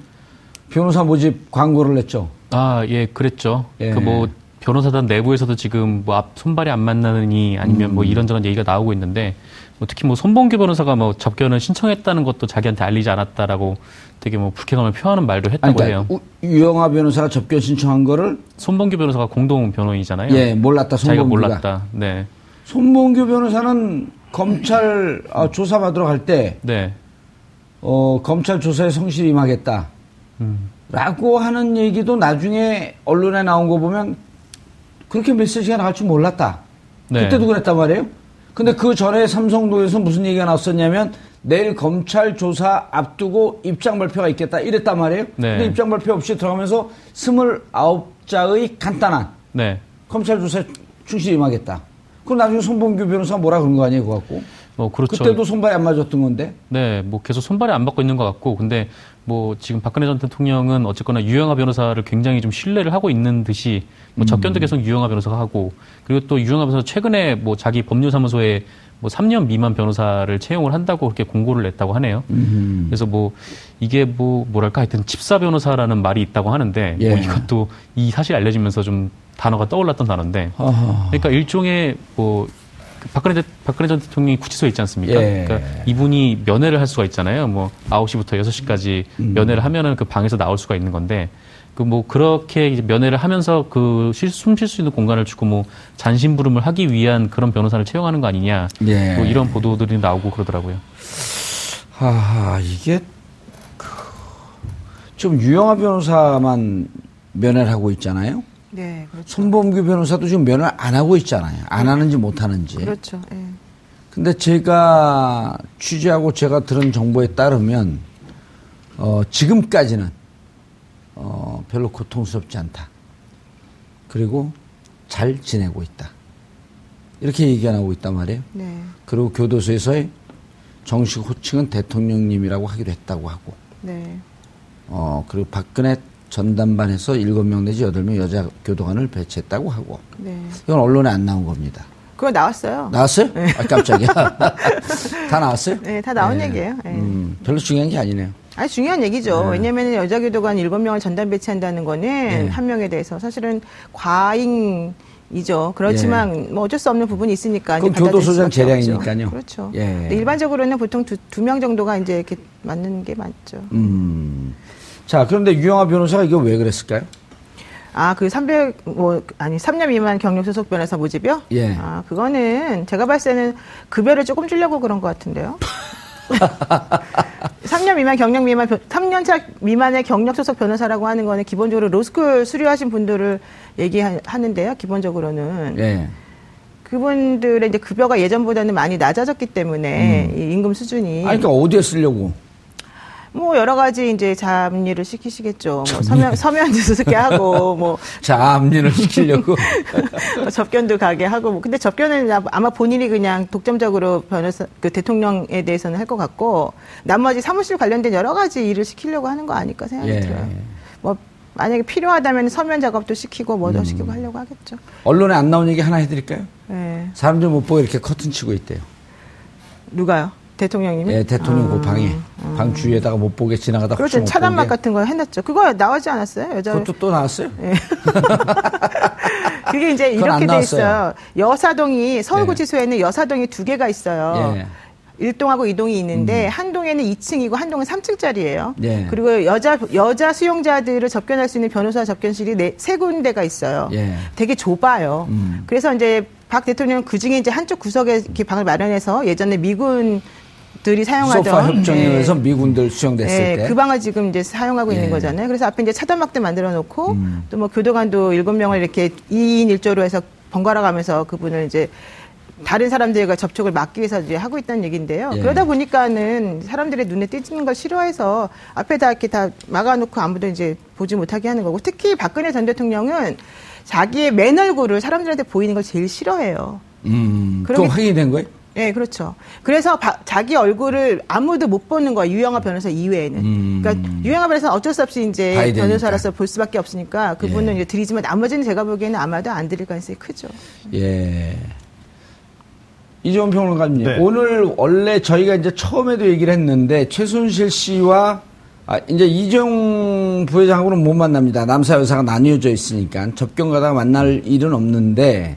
Speaker 5: 변호사 모집 광고를 냈죠.
Speaker 8: 아, 예, 그랬죠.
Speaker 5: 예.
Speaker 8: 그 뭐 변호사단 내부에서도 지금 뭐 앞 손발이 안 만나느니 아니면
Speaker 5: 음.
Speaker 8: 뭐 이런저런 얘기가 나오고 있는데 뭐 특히 뭐 손봉규 변호사가 뭐 접견을 신청했다는 것도 자기한테 알리지 않았다라고 되게 뭐 불쾌감을 표하는 말도
Speaker 5: 아니,
Speaker 8: 했다고
Speaker 5: 그러니까
Speaker 8: 해요.
Speaker 5: 우- 유영아 변호사가 접견 신청한 거를
Speaker 8: 손봉규 변호사가 공동 변호인이잖아요.
Speaker 5: 예, 몰랐다.
Speaker 8: 자기가
Speaker 5: 손봉규가.
Speaker 8: 몰랐다. 네.
Speaker 5: 손봉규 변호사는 검찰 아, 조사받으러 갈 때
Speaker 8: 네.
Speaker 5: 어, 검찰 조사에 성실히 임하겠다. 라고 하는 얘기도 나중에 언론에 나온 거 보면 그렇게 메시지가 나갈 줄 몰랐다.
Speaker 8: 네.
Speaker 5: 그때도 그랬단 말이에요. 근데 그 전에 삼성동에서 무슨 얘기가 나왔었냐면 내일 검찰 조사 앞두고 입장 발표가 있겠다 이랬단 말이에요.
Speaker 8: 네.
Speaker 5: 근데 입장 발표 없이 들어가면서 29자의 간단한
Speaker 8: 네.
Speaker 5: 검찰 조사에 충실히 임하겠다. 그럼 나중에 손범규 변호사 뭐라 그런 거 아니에요, 그거 갖고.
Speaker 8: 뭐 그렇죠.
Speaker 5: 그때도 손발이 안 맞았던 건데.
Speaker 8: 네, 뭐 계속 손발이 안 받고 있는 것 같고, 근데 뭐 지금 박근혜 전 대통령은 어쨌거나 유영하 변호사를 굉장히 좀 신뢰를 하고 있는 듯이 뭐 접견도 계속 유영하 변호사가 하고, 그리고 또 유영하 변호사 최근에 뭐 자기 법률사무소에 뭐 3년 미만 변호사를 채용을 한다고 그렇게 공고를 냈다고 하네요.
Speaker 5: 음.
Speaker 8: 그래서 뭐 이게 뭐 뭐랄까 하여튼 집사 변호사라는 말이 있다고 하는데 뭐
Speaker 11: 예.
Speaker 8: 이것도 이 사실 알려지면서 좀 단어가 떠올랐던 단어인데, 그러니까 일종의 뭐 박근혜, 대- 박근혜 전 대통령이 구치소에 있지 않습니까?
Speaker 5: 예.
Speaker 8: 그러니까 이분이 면회를 할 수가 있잖아요. 뭐 9시부터 6시까지 면회를 하면은 그 방에서 나올 수가 있는 건데 그 뭐 그렇게 이제 면회를 하면서 그 숨 쉴 수 있는 공간을 주고 뭐 잔심부름을 하기 위한 그런 변호사를 채용하는 거 아니냐.
Speaker 11: 예.
Speaker 8: 뭐 이런 보도들이 나오고 그러더라고요.
Speaker 5: 아, 이게 그- 좀 유영아 변호사만 면회를 하고 있잖아요.
Speaker 10: 네, 그렇죠.
Speaker 5: 손범규 변호사도 지금 면회를 안 하고 있잖아요. 안 하는지 못 하는지.
Speaker 10: 네. 그렇죠. 예.
Speaker 5: 근데 제가 취재하고 제가 들은 정보에 따르면 어, 지금까지는 어, 별로 고통스럽지 않다. 그리고 잘 지내고 있다. 이렇게 얘기 안 하고 있단 말이에요.
Speaker 10: 네,
Speaker 5: 그리고 교도소에서의 정식 호칭은 대통령님이라고 하기로 했다고 하고,
Speaker 10: 네,
Speaker 5: 어, 그리고 박근혜 전담반에서 7명 내지 8명 여자 교도관을 배치했다고 하고,
Speaker 10: 네.
Speaker 5: 이건 언론에 안 나온 겁니다.
Speaker 10: 그거 나왔어요.
Speaker 5: 나왔어요? 아, 깜짝이야. 다 나왔어요?
Speaker 10: 네, 다 나온 얘기예요. 예.
Speaker 5: 음, 네. 별로 중요한 게 아니네요.
Speaker 10: 아니 중요한 얘기죠. 왜냐하면 여자 교도관 7명을 전담 배치한다는 거는
Speaker 5: 네.
Speaker 10: 한 명에 대해서 사실은 과잉이죠. 그렇지만 뭐 어쩔 수 없는 부분이 있으니까 이제
Speaker 5: 네. 그건
Speaker 10: 받아들일
Speaker 5: 교도소장
Speaker 10: 수밖에 없죠.
Speaker 5: 재량이니까요.
Speaker 10: 그렇죠.
Speaker 5: 예.
Speaker 10: 근데 일반적으로는 보통 두, 두 명 정도가 이제 이렇게 맞는 게 많죠.
Speaker 5: 음. 자, 그런데 유영아 변호사가 이거 왜 그랬을까요?
Speaker 10: 아, 그 300, 뭐, 아니, 3년 미만 경력 소속 변호사 모집이요?
Speaker 5: 예.
Speaker 10: 아, 그거는 제가 봤을 때는 급여를 조금 주려고 그런 것 같은데요. 3년 미만 경력 미만 3년차 미만의 경력 소속 변호사라고 하는 거는 기본적으로 로스쿨 수료하신 분들을 얘기하는데요. 기본적으로는
Speaker 5: 예.
Speaker 10: 그분들의 이제 급여가 예전보다는 많이 낮아졌기 때문에 이 임금 수준이
Speaker 5: 음. 아니, 그러니까 어디에 쓰려고?
Speaker 10: 뭐 여러 가지 이제 잡일을 시키시겠죠. 뭐 서면 서면 수습게 하고 뭐
Speaker 5: 자, 암리를 시키려고.
Speaker 10: 접견도 가게 하고 뭐 근데 접견은 아- 아마 본인이 그냥 독점적으로 변호사 그 대통령에 대해서는 할 것 같고 나머지 사무실 관련된 여러 가지 일을 시키려고 하는 거 아닐까 생각이
Speaker 5: 예.
Speaker 10: 들어요. 뭐 만약에 필요하다면 서면 작업도 시키고 뭐도
Speaker 5: 음.
Speaker 10: 시키고 하려고 하겠죠.
Speaker 5: 언론에 안 나온 얘기 하나 해드릴까요?
Speaker 10: 예.
Speaker 5: 사람들 못 보고 이렇게 커튼 치고 있대요.
Speaker 10: 누가요? 대통령님이?
Speaker 5: 예, 대통령
Speaker 10: 아.
Speaker 5: 그 방에. 방 주위에다가 못 보게 지나가다 혹시
Speaker 10: 그렇죠.
Speaker 5: 못
Speaker 10: 차단막
Speaker 5: 보게.
Speaker 10: 같은 거 해놨죠. 그거 나오지 않았어요? 여자
Speaker 5: 그것도 또 나왔어요?
Speaker 10: 예. 그게 이제
Speaker 5: 그건 안
Speaker 10: 이렇게 돼 있어요.
Speaker 5: 나왔어요. 네.
Speaker 10: 여사동이 서울구치소에는 여사동이 두 개가 있어요.
Speaker 5: 예. 음.
Speaker 10: 일동하고이동이 있는데 한 동에는 2층이고 한 동은 3층짜리예요.
Speaker 5: 예.
Speaker 10: 그리고 여자 여자 수용자들을 접견할 수 있는 변호사 접견실이 네, 세 군데가 있어요.
Speaker 5: 예. 음.
Speaker 10: 되게 좁아요. 그래서 이제 박 대통령은 그 중에 이제 한쪽 구석에 이렇게 방을 마련해서 예전에 미군 들이 사용하던
Speaker 5: 소파 협정에
Speaker 10: 예.
Speaker 5: 의해서 미군들 수용됐을
Speaker 10: 예,
Speaker 5: 때. 예.
Speaker 10: 그 방을 지금 이제 사용하고 있는 거잖아요. 그래서 앞에 이제 차단막도 만들어 놓고
Speaker 5: 음.
Speaker 10: 또 뭐 교도관도 일곱 명을 이렇게 2인 1조로 해서 번갈아 가면서 그분을 이제 다른 사람들과 접촉을 막기 위해서 이제 하고 있다는 얘기인데요.
Speaker 5: 예.
Speaker 10: 그러다 보니까는 사람들의 눈에 띄는 걸 싫어해서 앞에 다 이렇게 다 막아놓고 아무도 이제 보지 못하게 하는 거고 특히 박근혜 전 대통령은 자기의 맨 얼굴을 사람들한테 보이는 걸 제일 싫어해요.
Speaker 5: 음, 그거
Speaker 10: 그러게-
Speaker 5: 확인이 된 거예요?
Speaker 10: 네, 그렇죠. 그래서 바- 자기 얼굴을 아무도 못 보는 거야 유영아 변호사 이외에는. 그러니까 유영아 변호사 어쩔 수 없이
Speaker 5: 음.
Speaker 10: 이제
Speaker 5: 봐야 되니까.
Speaker 10: 변호사로서 볼 수밖에 없으니까 그분은
Speaker 5: 예.
Speaker 10: 이제 드리지만 나머지는 제가 보기에는 아마도 안 드릴 가능성이 크죠.
Speaker 5: 예. 이재원 평론가님,
Speaker 1: 네.
Speaker 5: 오늘 원래 저희가 이제 처음에도 얘기를 했는데 최순실 씨와 아, 이제 이재용 부회장하고는 못 만납니다. 남사 여사가 나뉘어져 있으니까 접견 가다가 만날 일은 없는데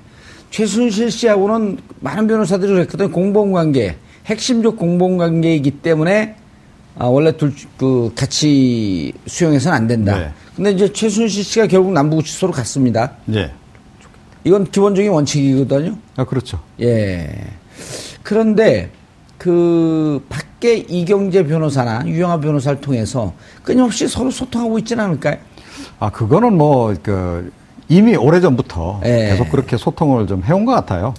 Speaker 5: 최순실 씨하고는 많은 변호사들이 그랬거든요. 공범 관계, 핵심적 공범 관계이기 때문에 아, 원래 둘, 그, 같이 수용해서는 안 된다.
Speaker 1: 네.
Speaker 5: 근데 이제 최순실 씨가 결국 남부구치소로 갔습니다.
Speaker 1: 예.
Speaker 5: 이건 기본적인 원칙이거든요.
Speaker 1: 아, 그렇죠.
Speaker 5: 예. 그런데 그 밖에 이경재 변호사나 유영아 변호사를 통해서 끊임없이 서로 소통하고 있지는 않을까요?
Speaker 1: 아, 그거는 뭐, 그,
Speaker 3: 이미 오래전부터
Speaker 5: 예.
Speaker 3: 계속 그렇게 소통을 좀 해온 것 같아요.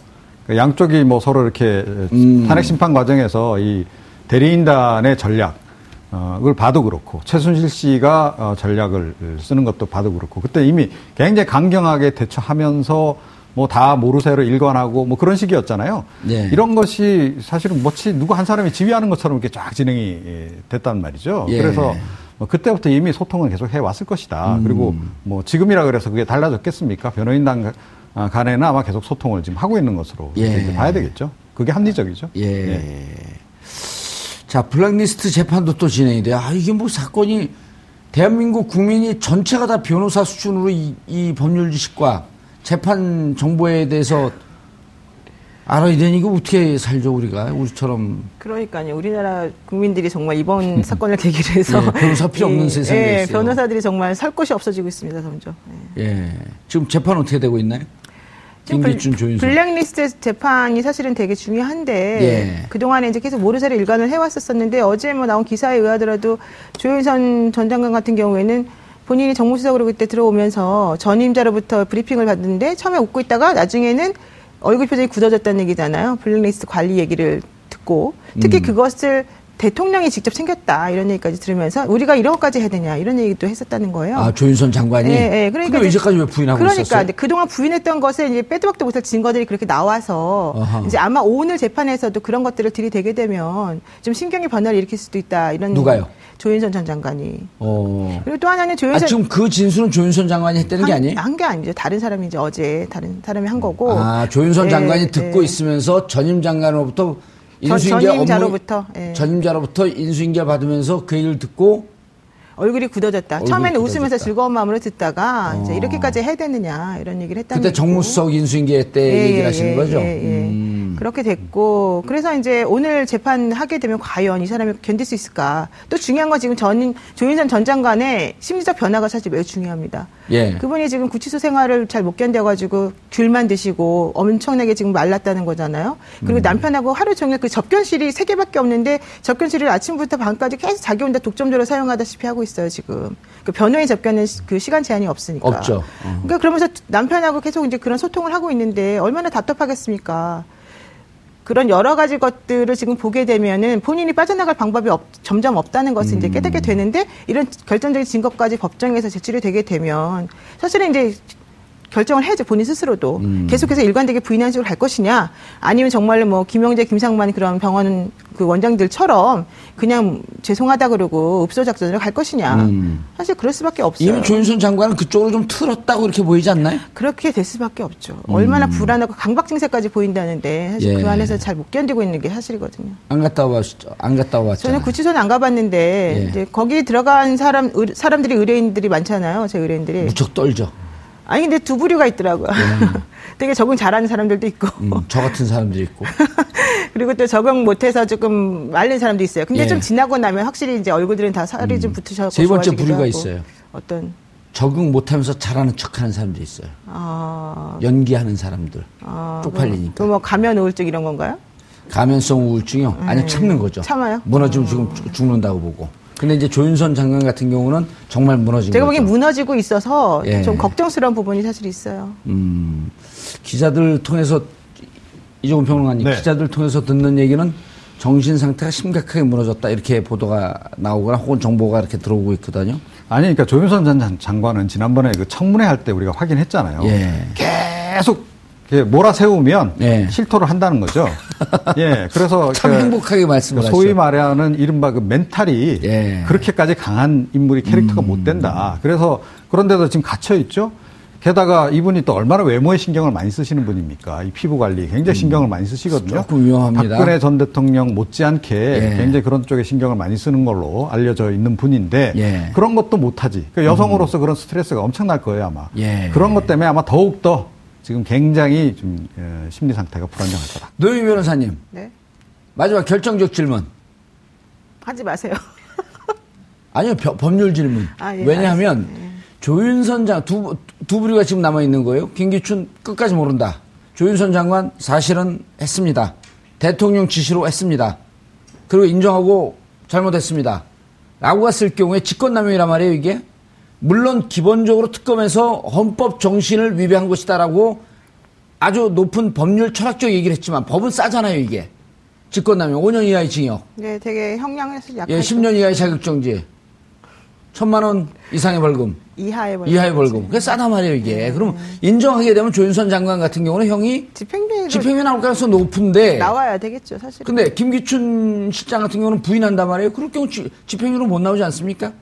Speaker 3: 그 양쪽이 뭐 서로 이렇게
Speaker 5: 음.
Speaker 3: 탄핵 심판 과정에서 이 대리인단의 전략을 봐도 그렇고 최순실 씨가 어, 전략을 쓰는 것도 봐도 그렇고 그때 이미 굉장히 강경하게 대처하면서 뭐 다 모르쇠로 일관하고 뭐 그런 식이었잖아요.
Speaker 5: 네.
Speaker 3: 이런 것이 사실은 뭐치 누구 한 사람이 지휘하는 것처럼 이렇게 쫙 진행이 예, 됐단 말이죠.
Speaker 5: 예.
Speaker 3: 그래서 뭐 그때부터 이미 소통을 계속 해왔을 것이다. 그리고 뭐 지금이라 그래서 그게 달라졌겠습니까? 변호인단 아, 간에는 아마 계속 소통을 지금 하고 있는 것으로
Speaker 5: 예.
Speaker 3: 이렇게 봐야 되겠죠. 그게 합리적이죠.
Speaker 5: 예. 자, 블랙리스트 재판도 또 진행이 돼요. 아, 이게 뭐 사건이 대한민국 국민이 전체가 다 변호사 수준으로 이, 이 법률 지식과 재판 정보에 대해서 알아야 되니 이거 어떻게 살죠, 우리가? 우리처럼.
Speaker 10: 그러니까요. 우리나라 국민들이 정말 이번 사건을 계기로 해서
Speaker 5: 예, 변호사 필요 없는 세상이
Speaker 10: 예,
Speaker 5: 됐어요.
Speaker 10: 변호사들이 정말 살 곳이 없어지고 있습니다. 점점. 예.
Speaker 5: 예. 지금 재판 어떻게 되고 있나요?
Speaker 10: 지금 블-
Speaker 5: 김기춘 조윤선.
Speaker 10: 블랙리스트 재판이 사실은 되게 중요한데
Speaker 5: 예.
Speaker 10: 그동안에 이제 계속 모르쇠로 일관을 해왔었었는데 어제 뭐 나온 기사에 의하더라도 조윤선 전 장관 같은 경우에는 본인이 정무수석으로 그때 들어오면서 전임자로부터 브리핑을 받는데 처음에 웃고 있다가 나중에는 얼굴 표정이 굳어졌다는 얘기잖아요. 블랙리스트 관리 얘기를 듣고
Speaker 5: 음.
Speaker 10: 특히 그것을 대통령이 직접 챙겼다 이런 얘기까지 들으면서 우리가 이런 것까지 해야 되냐 이런 얘기도 했었다는 거예요.
Speaker 5: 아, 조윤선 장관이.
Speaker 10: 예, 예. 그러니까
Speaker 5: 근데
Speaker 10: 이제-
Speaker 5: 이제까지 왜 부인하고
Speaker 10: 그러니까
Speaker 5: 있었어요?
Speaker 10: 이제 그동안 부인했던 것에 이제 빼도 박도 못할 증거들이 그렇게 나와서
Speaker 5: 아하.
Speaker 10: 이제 아마 오늘 재판에서도 그런 것들을 들이대게 되면 좀 신경의 변화를 일으킬 수도 있다 이런
Speaker 5: 누가요?
Speaker 10: 조윤선 전 장관이
Speaker 5: 어.
Speaker 10: 그리고 또 하나는
Speaker 5: 아,
Speaker 10: 조윤선
Speaker 5: 지금 그 진술은 조윤선 장관이 했다는 게 아니에요?
Speaker 10: 한게 아니죠 다른 사람이 이제 어제 다른 사람이 한 거고
Speaker 5: 아, 조윤선
Speaker 10: 예,
Speaker 5: 장관이
Speaker 10: 예.
Speaker 5: 듣고 있으면서 전임 장관으로부터
Speaker 10: 전-
Speaker 5: 인수인계
Speaker 10: 전임자로부터,
Speaker 5: 업무,
Speaker 10: 예.
Speaker 5: 전임자로부터 인수인계 받으면서 그 얘기를 듣고
Speaker 10: 얼굴이 굳어졌다
Speaker 5: 얼굴이
Speaker 10: 처음에는
Speaker 5: 굳어졌다. 어.
Speaker 10: 웃으면서 즐거운 마음으로 듣다가 이제 이렇게까지 해야 되느냐 이런 얘기를 했다는
Speaker 5: 그때
Speaker 10: 얘기고.
Speaker 5: 정무수석 인수인계 때
Speaker 10: 예,
Speaker 5: 얘기를
Speaker 10: 예,
Speaker 5: 하시는
Speaker 10: 예,
Speaker 5: 거죠.
Speaker 10: 예, 예.
Speaker 5: 음.
Speaker 10: 그렇게 됐고 그래서 이제 오늘 재판하게 되면 과연 이 사람이 견딜 수 있을까? 또 중요한 건 지금 전 조윤선 전 장관의 심리적 변화가 사실 매우 중요합니다.
Speaker 5: 예.
Speaker 10: 그분이 지금 구치소 생활을 잘 못 견뎌가지고 귤만 드시고 엄청나게 지금 말랐다는 거잖아요. 그리고 남편하고 하루 종일 그 접견실이 세 개밖에 없는데 접견실을 아침부터 밤까지 계속 자기 혼자 독점적으로 사용하다시피 하고 있어요 지금. 그 변호인 접견은 시- 그 시간 제한이 없으니까.
Speaker 5: 없죠.
Speaker 10: 그러니까 그러면서 남편하고 계속 이제 그런 소통을 하고 있는데 얼마나 답답하겠습니까. 그런 여러 가지 것들을 지금 보게 되면은 본인이 빠져나갈 방법이 없- 점점 없다는 것을
Speaker 5: 음.
Speaker 10: 이제 깨닫게 되는데 이런 결정적인 증거까지 법정에서 제출이 되게 되면 사실은 이제 결정을 해야죠 본인 스스로도
Speaker 5: 음.
Speaker 10: 계속해서 일관되게 부인하는 식으로 갈 것이냐 아니면 정말로 뭐 김영재 김상만 그런 병원 그 원장들처럼 그냥 죄송하다 그러고 읍소 작전으로 갈 것이냐 사실 그럴 수밖에 없어요.
Speaker 5: 음. 이미 조윤선 장관은 그쪽으로 좀 틀었다고 이렇게 보이지 않나요?
Speaker 10: 그렇게 될 수밖에 없죠. 얼마나 불안하고 강박 증세까지 보인다는데 사실
Speaker 5: 음. 예.
Speaker 10: 그 안에서 잘 못 견디고 있는 게 사실이거든요.
Speaker 5: 안 갔다 와봤죠. 안 갔다
Speaker 10: 저는
Speaker 5: 와봤잖아요.
Speaker 10: 구치소는 안 가봤는데
Speaker 5: 예.
Speaker 10: 이제 거기 들어간 사람 의- 사람들이 의뢰인들이 많잖아요. 제 의뢰인들이
Speaker 5: 무척 떨죠.
Speaker 10: 아니 근데 두 부류가 있더라고요. 되게 적응 잘하는 사람들도 있고
Speaker 5: 예. 음, 저 같은 사람들이 있고.
Speaker 10: 그리고 또 적응 못해서 조금 말린 사람도 있어요. 근데
Speaker 5: 예. 음.
Speaker 10: 좀 지나고 나면 확실히 이제 얼굴들은 다 살이 좀 붙으셔서
Speaker 5: 세 번째
Speaker 10: 좋아지기도
Speaker 5: 부류가
Speaker 10: 하고.
Speaker 5: 있어요.
Speaker 10: 어떤
Speaker 5: 적응 못하면서 잘하는 척하는 사람들이 있어요.
Speaker 10: 아,
Speaker 5: 연기하는 사람들.
Speaker 10: 아,
Speaker 5: 쪽팔리니까.
Speaker 10: 그뭐 가면 우울증 이런 건가요?
Speaker 5: 가면성 우울증이요. 아니 참는 거죠.
Speaker 10: 음. 참아요?
Speaker 5: 무너지면 지금 죽- 죽는다고 보고. 근데 이제 조윤선 장관 같은 경우는 정말 무너진
Speaker 10: 제가
Speaker 5: 거죠.
Speaker 10: 보기엔 무너지고 있어서
Speaker 5: 음, 그렇죠. 예.
Speaker 10: 좀 걱정스러운 부분이 사실 있어요.
Speaker 5: 음, 기자들 통해서 이종훈 평론가님
Speaker 3: 네.
Speaker 5: 기자들 통해서 듣는 얘기는 정신 상태가 심각하게 무너졌다 이렇게 보도가 나오거나 혹은 정보가 이렇게 들어오고 있거든요.
Speaker 3: 아니 그러니까 조윤선 전 장- 장관은 지난번에 그 청문회 할 때 우리가 확인했잖아요.
Speaker 5: 예.
Speaker 3: 계속 이렇게 몰아세우면
Speaker 5: 예.
Speaker 3: 실토를 한다는 거죠. 예, 그래서
Speaker 5: 참
Speaker 3: 그-
Speaker 5: 행복하게 말씀을
Speaker 3: 그 소위
Speaker 5: 하시죠.
Speaker 3: 말하는 이른바 그 멘탈이
Speaker 5: 예. 음.
Speaker 3: 그렇게까지 강한 인물이 캐릭터가 못 된다. 그래서 그런데도 지금 갇혀 있죠. 게다가 이분이 또 얼마나 외모에 신경을 많이 쓰시는 분입니까? 이 피부 관리
Speaker 5: 음.
Speaker 3: 굉장히 신경을 많이 쓰시거든요.
Speaker 5: 조금 위험합니다.
Speaker 3: 박근혜 전 대통령 못지않게
Speaker 5: 예.
Speaker 3: 굉장히 그런 쪽에 신경을 많이 쓰는 걸로 알려져 있는 분인데
Speaker 5: 예.
Speaker 3: 그런 것도 못하지. 그 여성으로서 그런 스트레스가 엄청날 거예요 아마.
Speaker 5: 예.
Speaker 3: 그런 것 때문에 아마 더욱 더 지금 굉장히 좀 어, 심리 상태가 불안정할 거다.
Speaker 5: 노유 변호사님
Speaker 10: 네.
Speaker 5: 마지막 결정적 질문.
Speaker 10: 하지 마세요.
Speaker 5: 아니요 벼- 법률 질문.
Speaker 10: 아, 예,
Speaker 5: 왜냐하면 조윤선 장두 두 부류가 지금 남아 있는 거예요. 김기춘 끝까지 모른다. 조윤선 장관 사실은 했습니다. 대통령 지시로 했습니다. 그리고 인정하고 잘못했습니다. 라고 갔을 경우에 직권남용이란 말이에요 이게. 물론 기본적으로 특검에서 헌법 정신을 위배한 것이다라고 아주 높은 법률 철학적 얘기를 했지만 법은 싸잖아요 이게 직권남용 5년 이하의 징역
Speaker 10: 네, 되게 형량에서 약간
Speaker 5: 예, 10년 이하의 자격정지 천만 원 이상의 벌금
Speaker 10: 이하의 벌금. 네.
Speaker 5: 이하의 벌금 그게 싸단 말이에요 이게 그럼 인정하게 되면 조윤선 장관 같은 경우는 형이
Speaker 10: 집행유예로
Speaker 5: 집행유예 나올 가능성이 높은데
Speaker 10: 나와야 되겠죠, 사실.
Speaker 5: 근데 김기춘 실장 같은 경우는 부인한단 말이에요 그럴 경우 지- 집행유예로 못 나오지 않습니까?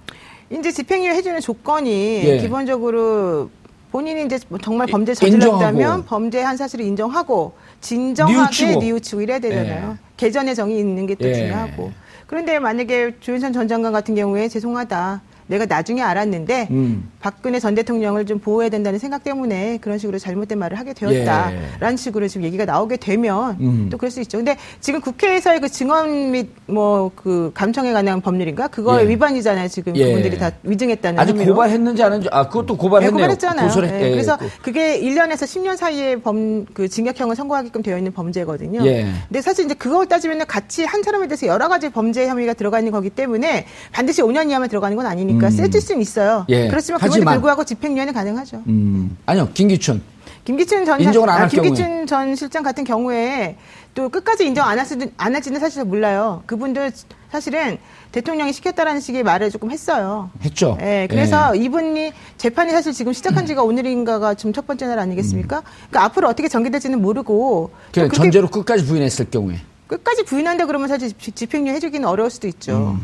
Speaker 10: 이제 집행유예 해주는 조건이
Speaker 5: 예.
Speaker 10: 기본적으로 본인이 이제 뭐 정말 범죄
Speaker 5: 인정하고.
Speaker 10: 저질렀다면 범죄한 사실을 인정하고 진정하게
Speaker 5: 뉘우치고.
Speaker 10: 뉘우치고, 이래야 되잖아요. 개전의 정이 있는 게 또
Speaker 5: 예.
Speaker 10: 중요하고. 그런데 만약에 조윤선 전 장관 같은 경우에 죄송하다. 내가 나중에 알았는데
Speaker 5: 음.
Speaker 10: 박근혜 전 대통령을 좀 보호해야 된다는 생각 때문에 그런 식으로 잘못된 말을 하게 되었다라는 식으로 지금 얘기가 나오게 되면
Speaker 5: 예. 음.
Speaker 10: 또 그럴 수 있죠. 근데 지금 국회에서의 그 증언 및 뭐 그 감청에 관한 법률인가 그거
Speaker 5: 예.
Speaker 10: 의 위반이잖아요. 지금
Speaker 5: 예.
Speaker 10: 그분들이 다 위증했다는
Speaker 5: 아직
Speaker 10: 혐의로.
Speaker 5: 고발했는지 안 했는지 아 그것도
Speaker 10: 예,
Speaker 5: 고발했네요.
Speaker 10: 고발했잖아요.
Speaker 5: 고소를 했-
Speaker 10: 예,
Speaker 5: 예,
Speaker 10: 그래서
Speaker 5: 고-
Speaker 10: 그게 1년에서 10년 사이에 범, 그 징역형을 선고하게끔 되어 있는 범죄거든요.
Speaker 5: 예.
Speaker 10: 근데 사실 이제 그걸 따지면 같이 한 사람에 대해서 여러 가지 범죄 혐의가 들어가 있는 거기 때문에 반드시 5년 이하만 들어가는 건 아니니까 세질 수는 있어요.
Speaker 5: 음. 예,
Speaker 10: 그렇지만 그럼에도
Speaker 5: 하지만-
Speaker 10: 불구하고 집행유예는 가능하죠.
Speaker 5: 음, 아니요
Speaker 10: 어,
Speaker 5: 김기춘
Speaker 10: 김기춘 전 아,
Speaker 5: 인정을 안할
Speaker 10: 김기춘 전 실장 같은 경우에 또 끝까지 인정 안 할지는 안 할지는 사실 잘 몰라요. 그분들 사실은 대통령이 시켰다라는 식의 말을 조금 했어요.
Speaker 5: 했죠.
Speaker 10: 예, 그래서 이분이 재판이 사실 지금 시작한 지가 오늘인가가 지금 첫 번째 날 아니겠습니까? 그러니까 앞으로 어떻게 전개될지는 모르고 또
Speaker 5: 음. 그
Speaker 10: 그렇게
Speaker 5: 전제로 끝까지 부인했을 경우에
Speaker 10: 끝까지 부인한다 그러면 사실 집- 집행유예 해주기는 어려울 수도
Speaker 5: 음,
Speaker 10: 있죠.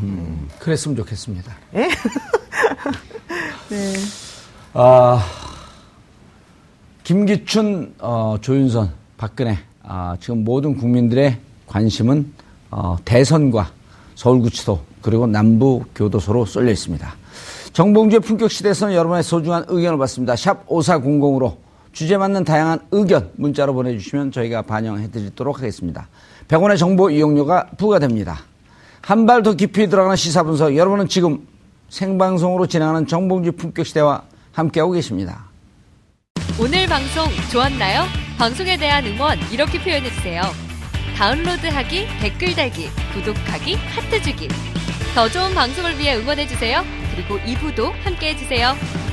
Speaker 5: 그랬으면 좋겠습니다.
Speaker 10: 음. 예? 네.
Speaker 5: 아 김기춘 어, 조윤선 박근혜 아, 지금 모든 국민들의 관심은 어, 대선과 서울구치소 그리고 남부 교도소로 쏠려 있습니다. 정봉주의 품격 시대에서는 여러분의 소중한 의견을 받습니다. 샵 5400으로 주제 맞는 다양한 의견 문자로 보내주시면 저희가 반영해 드리도록 하겠습니다. 100원의 정보 이용료가 부과됩니다. 한 발 더 깊이 들어가는 시사 분석. 여러분은 지금 생방송으로 진행하는 정봉주 품격 시대와 함께하고 계십니다.
Speaker 2: 오늘 방송 좋았나요? 방송에 대한 응원 이렇게 표현해주세요. 다운로드하기, 댓글 달기, 구독하기, 하트 주기. 더 좋은 방송을 위해 응원해주세요. 그리고 2부도 함께해주세요.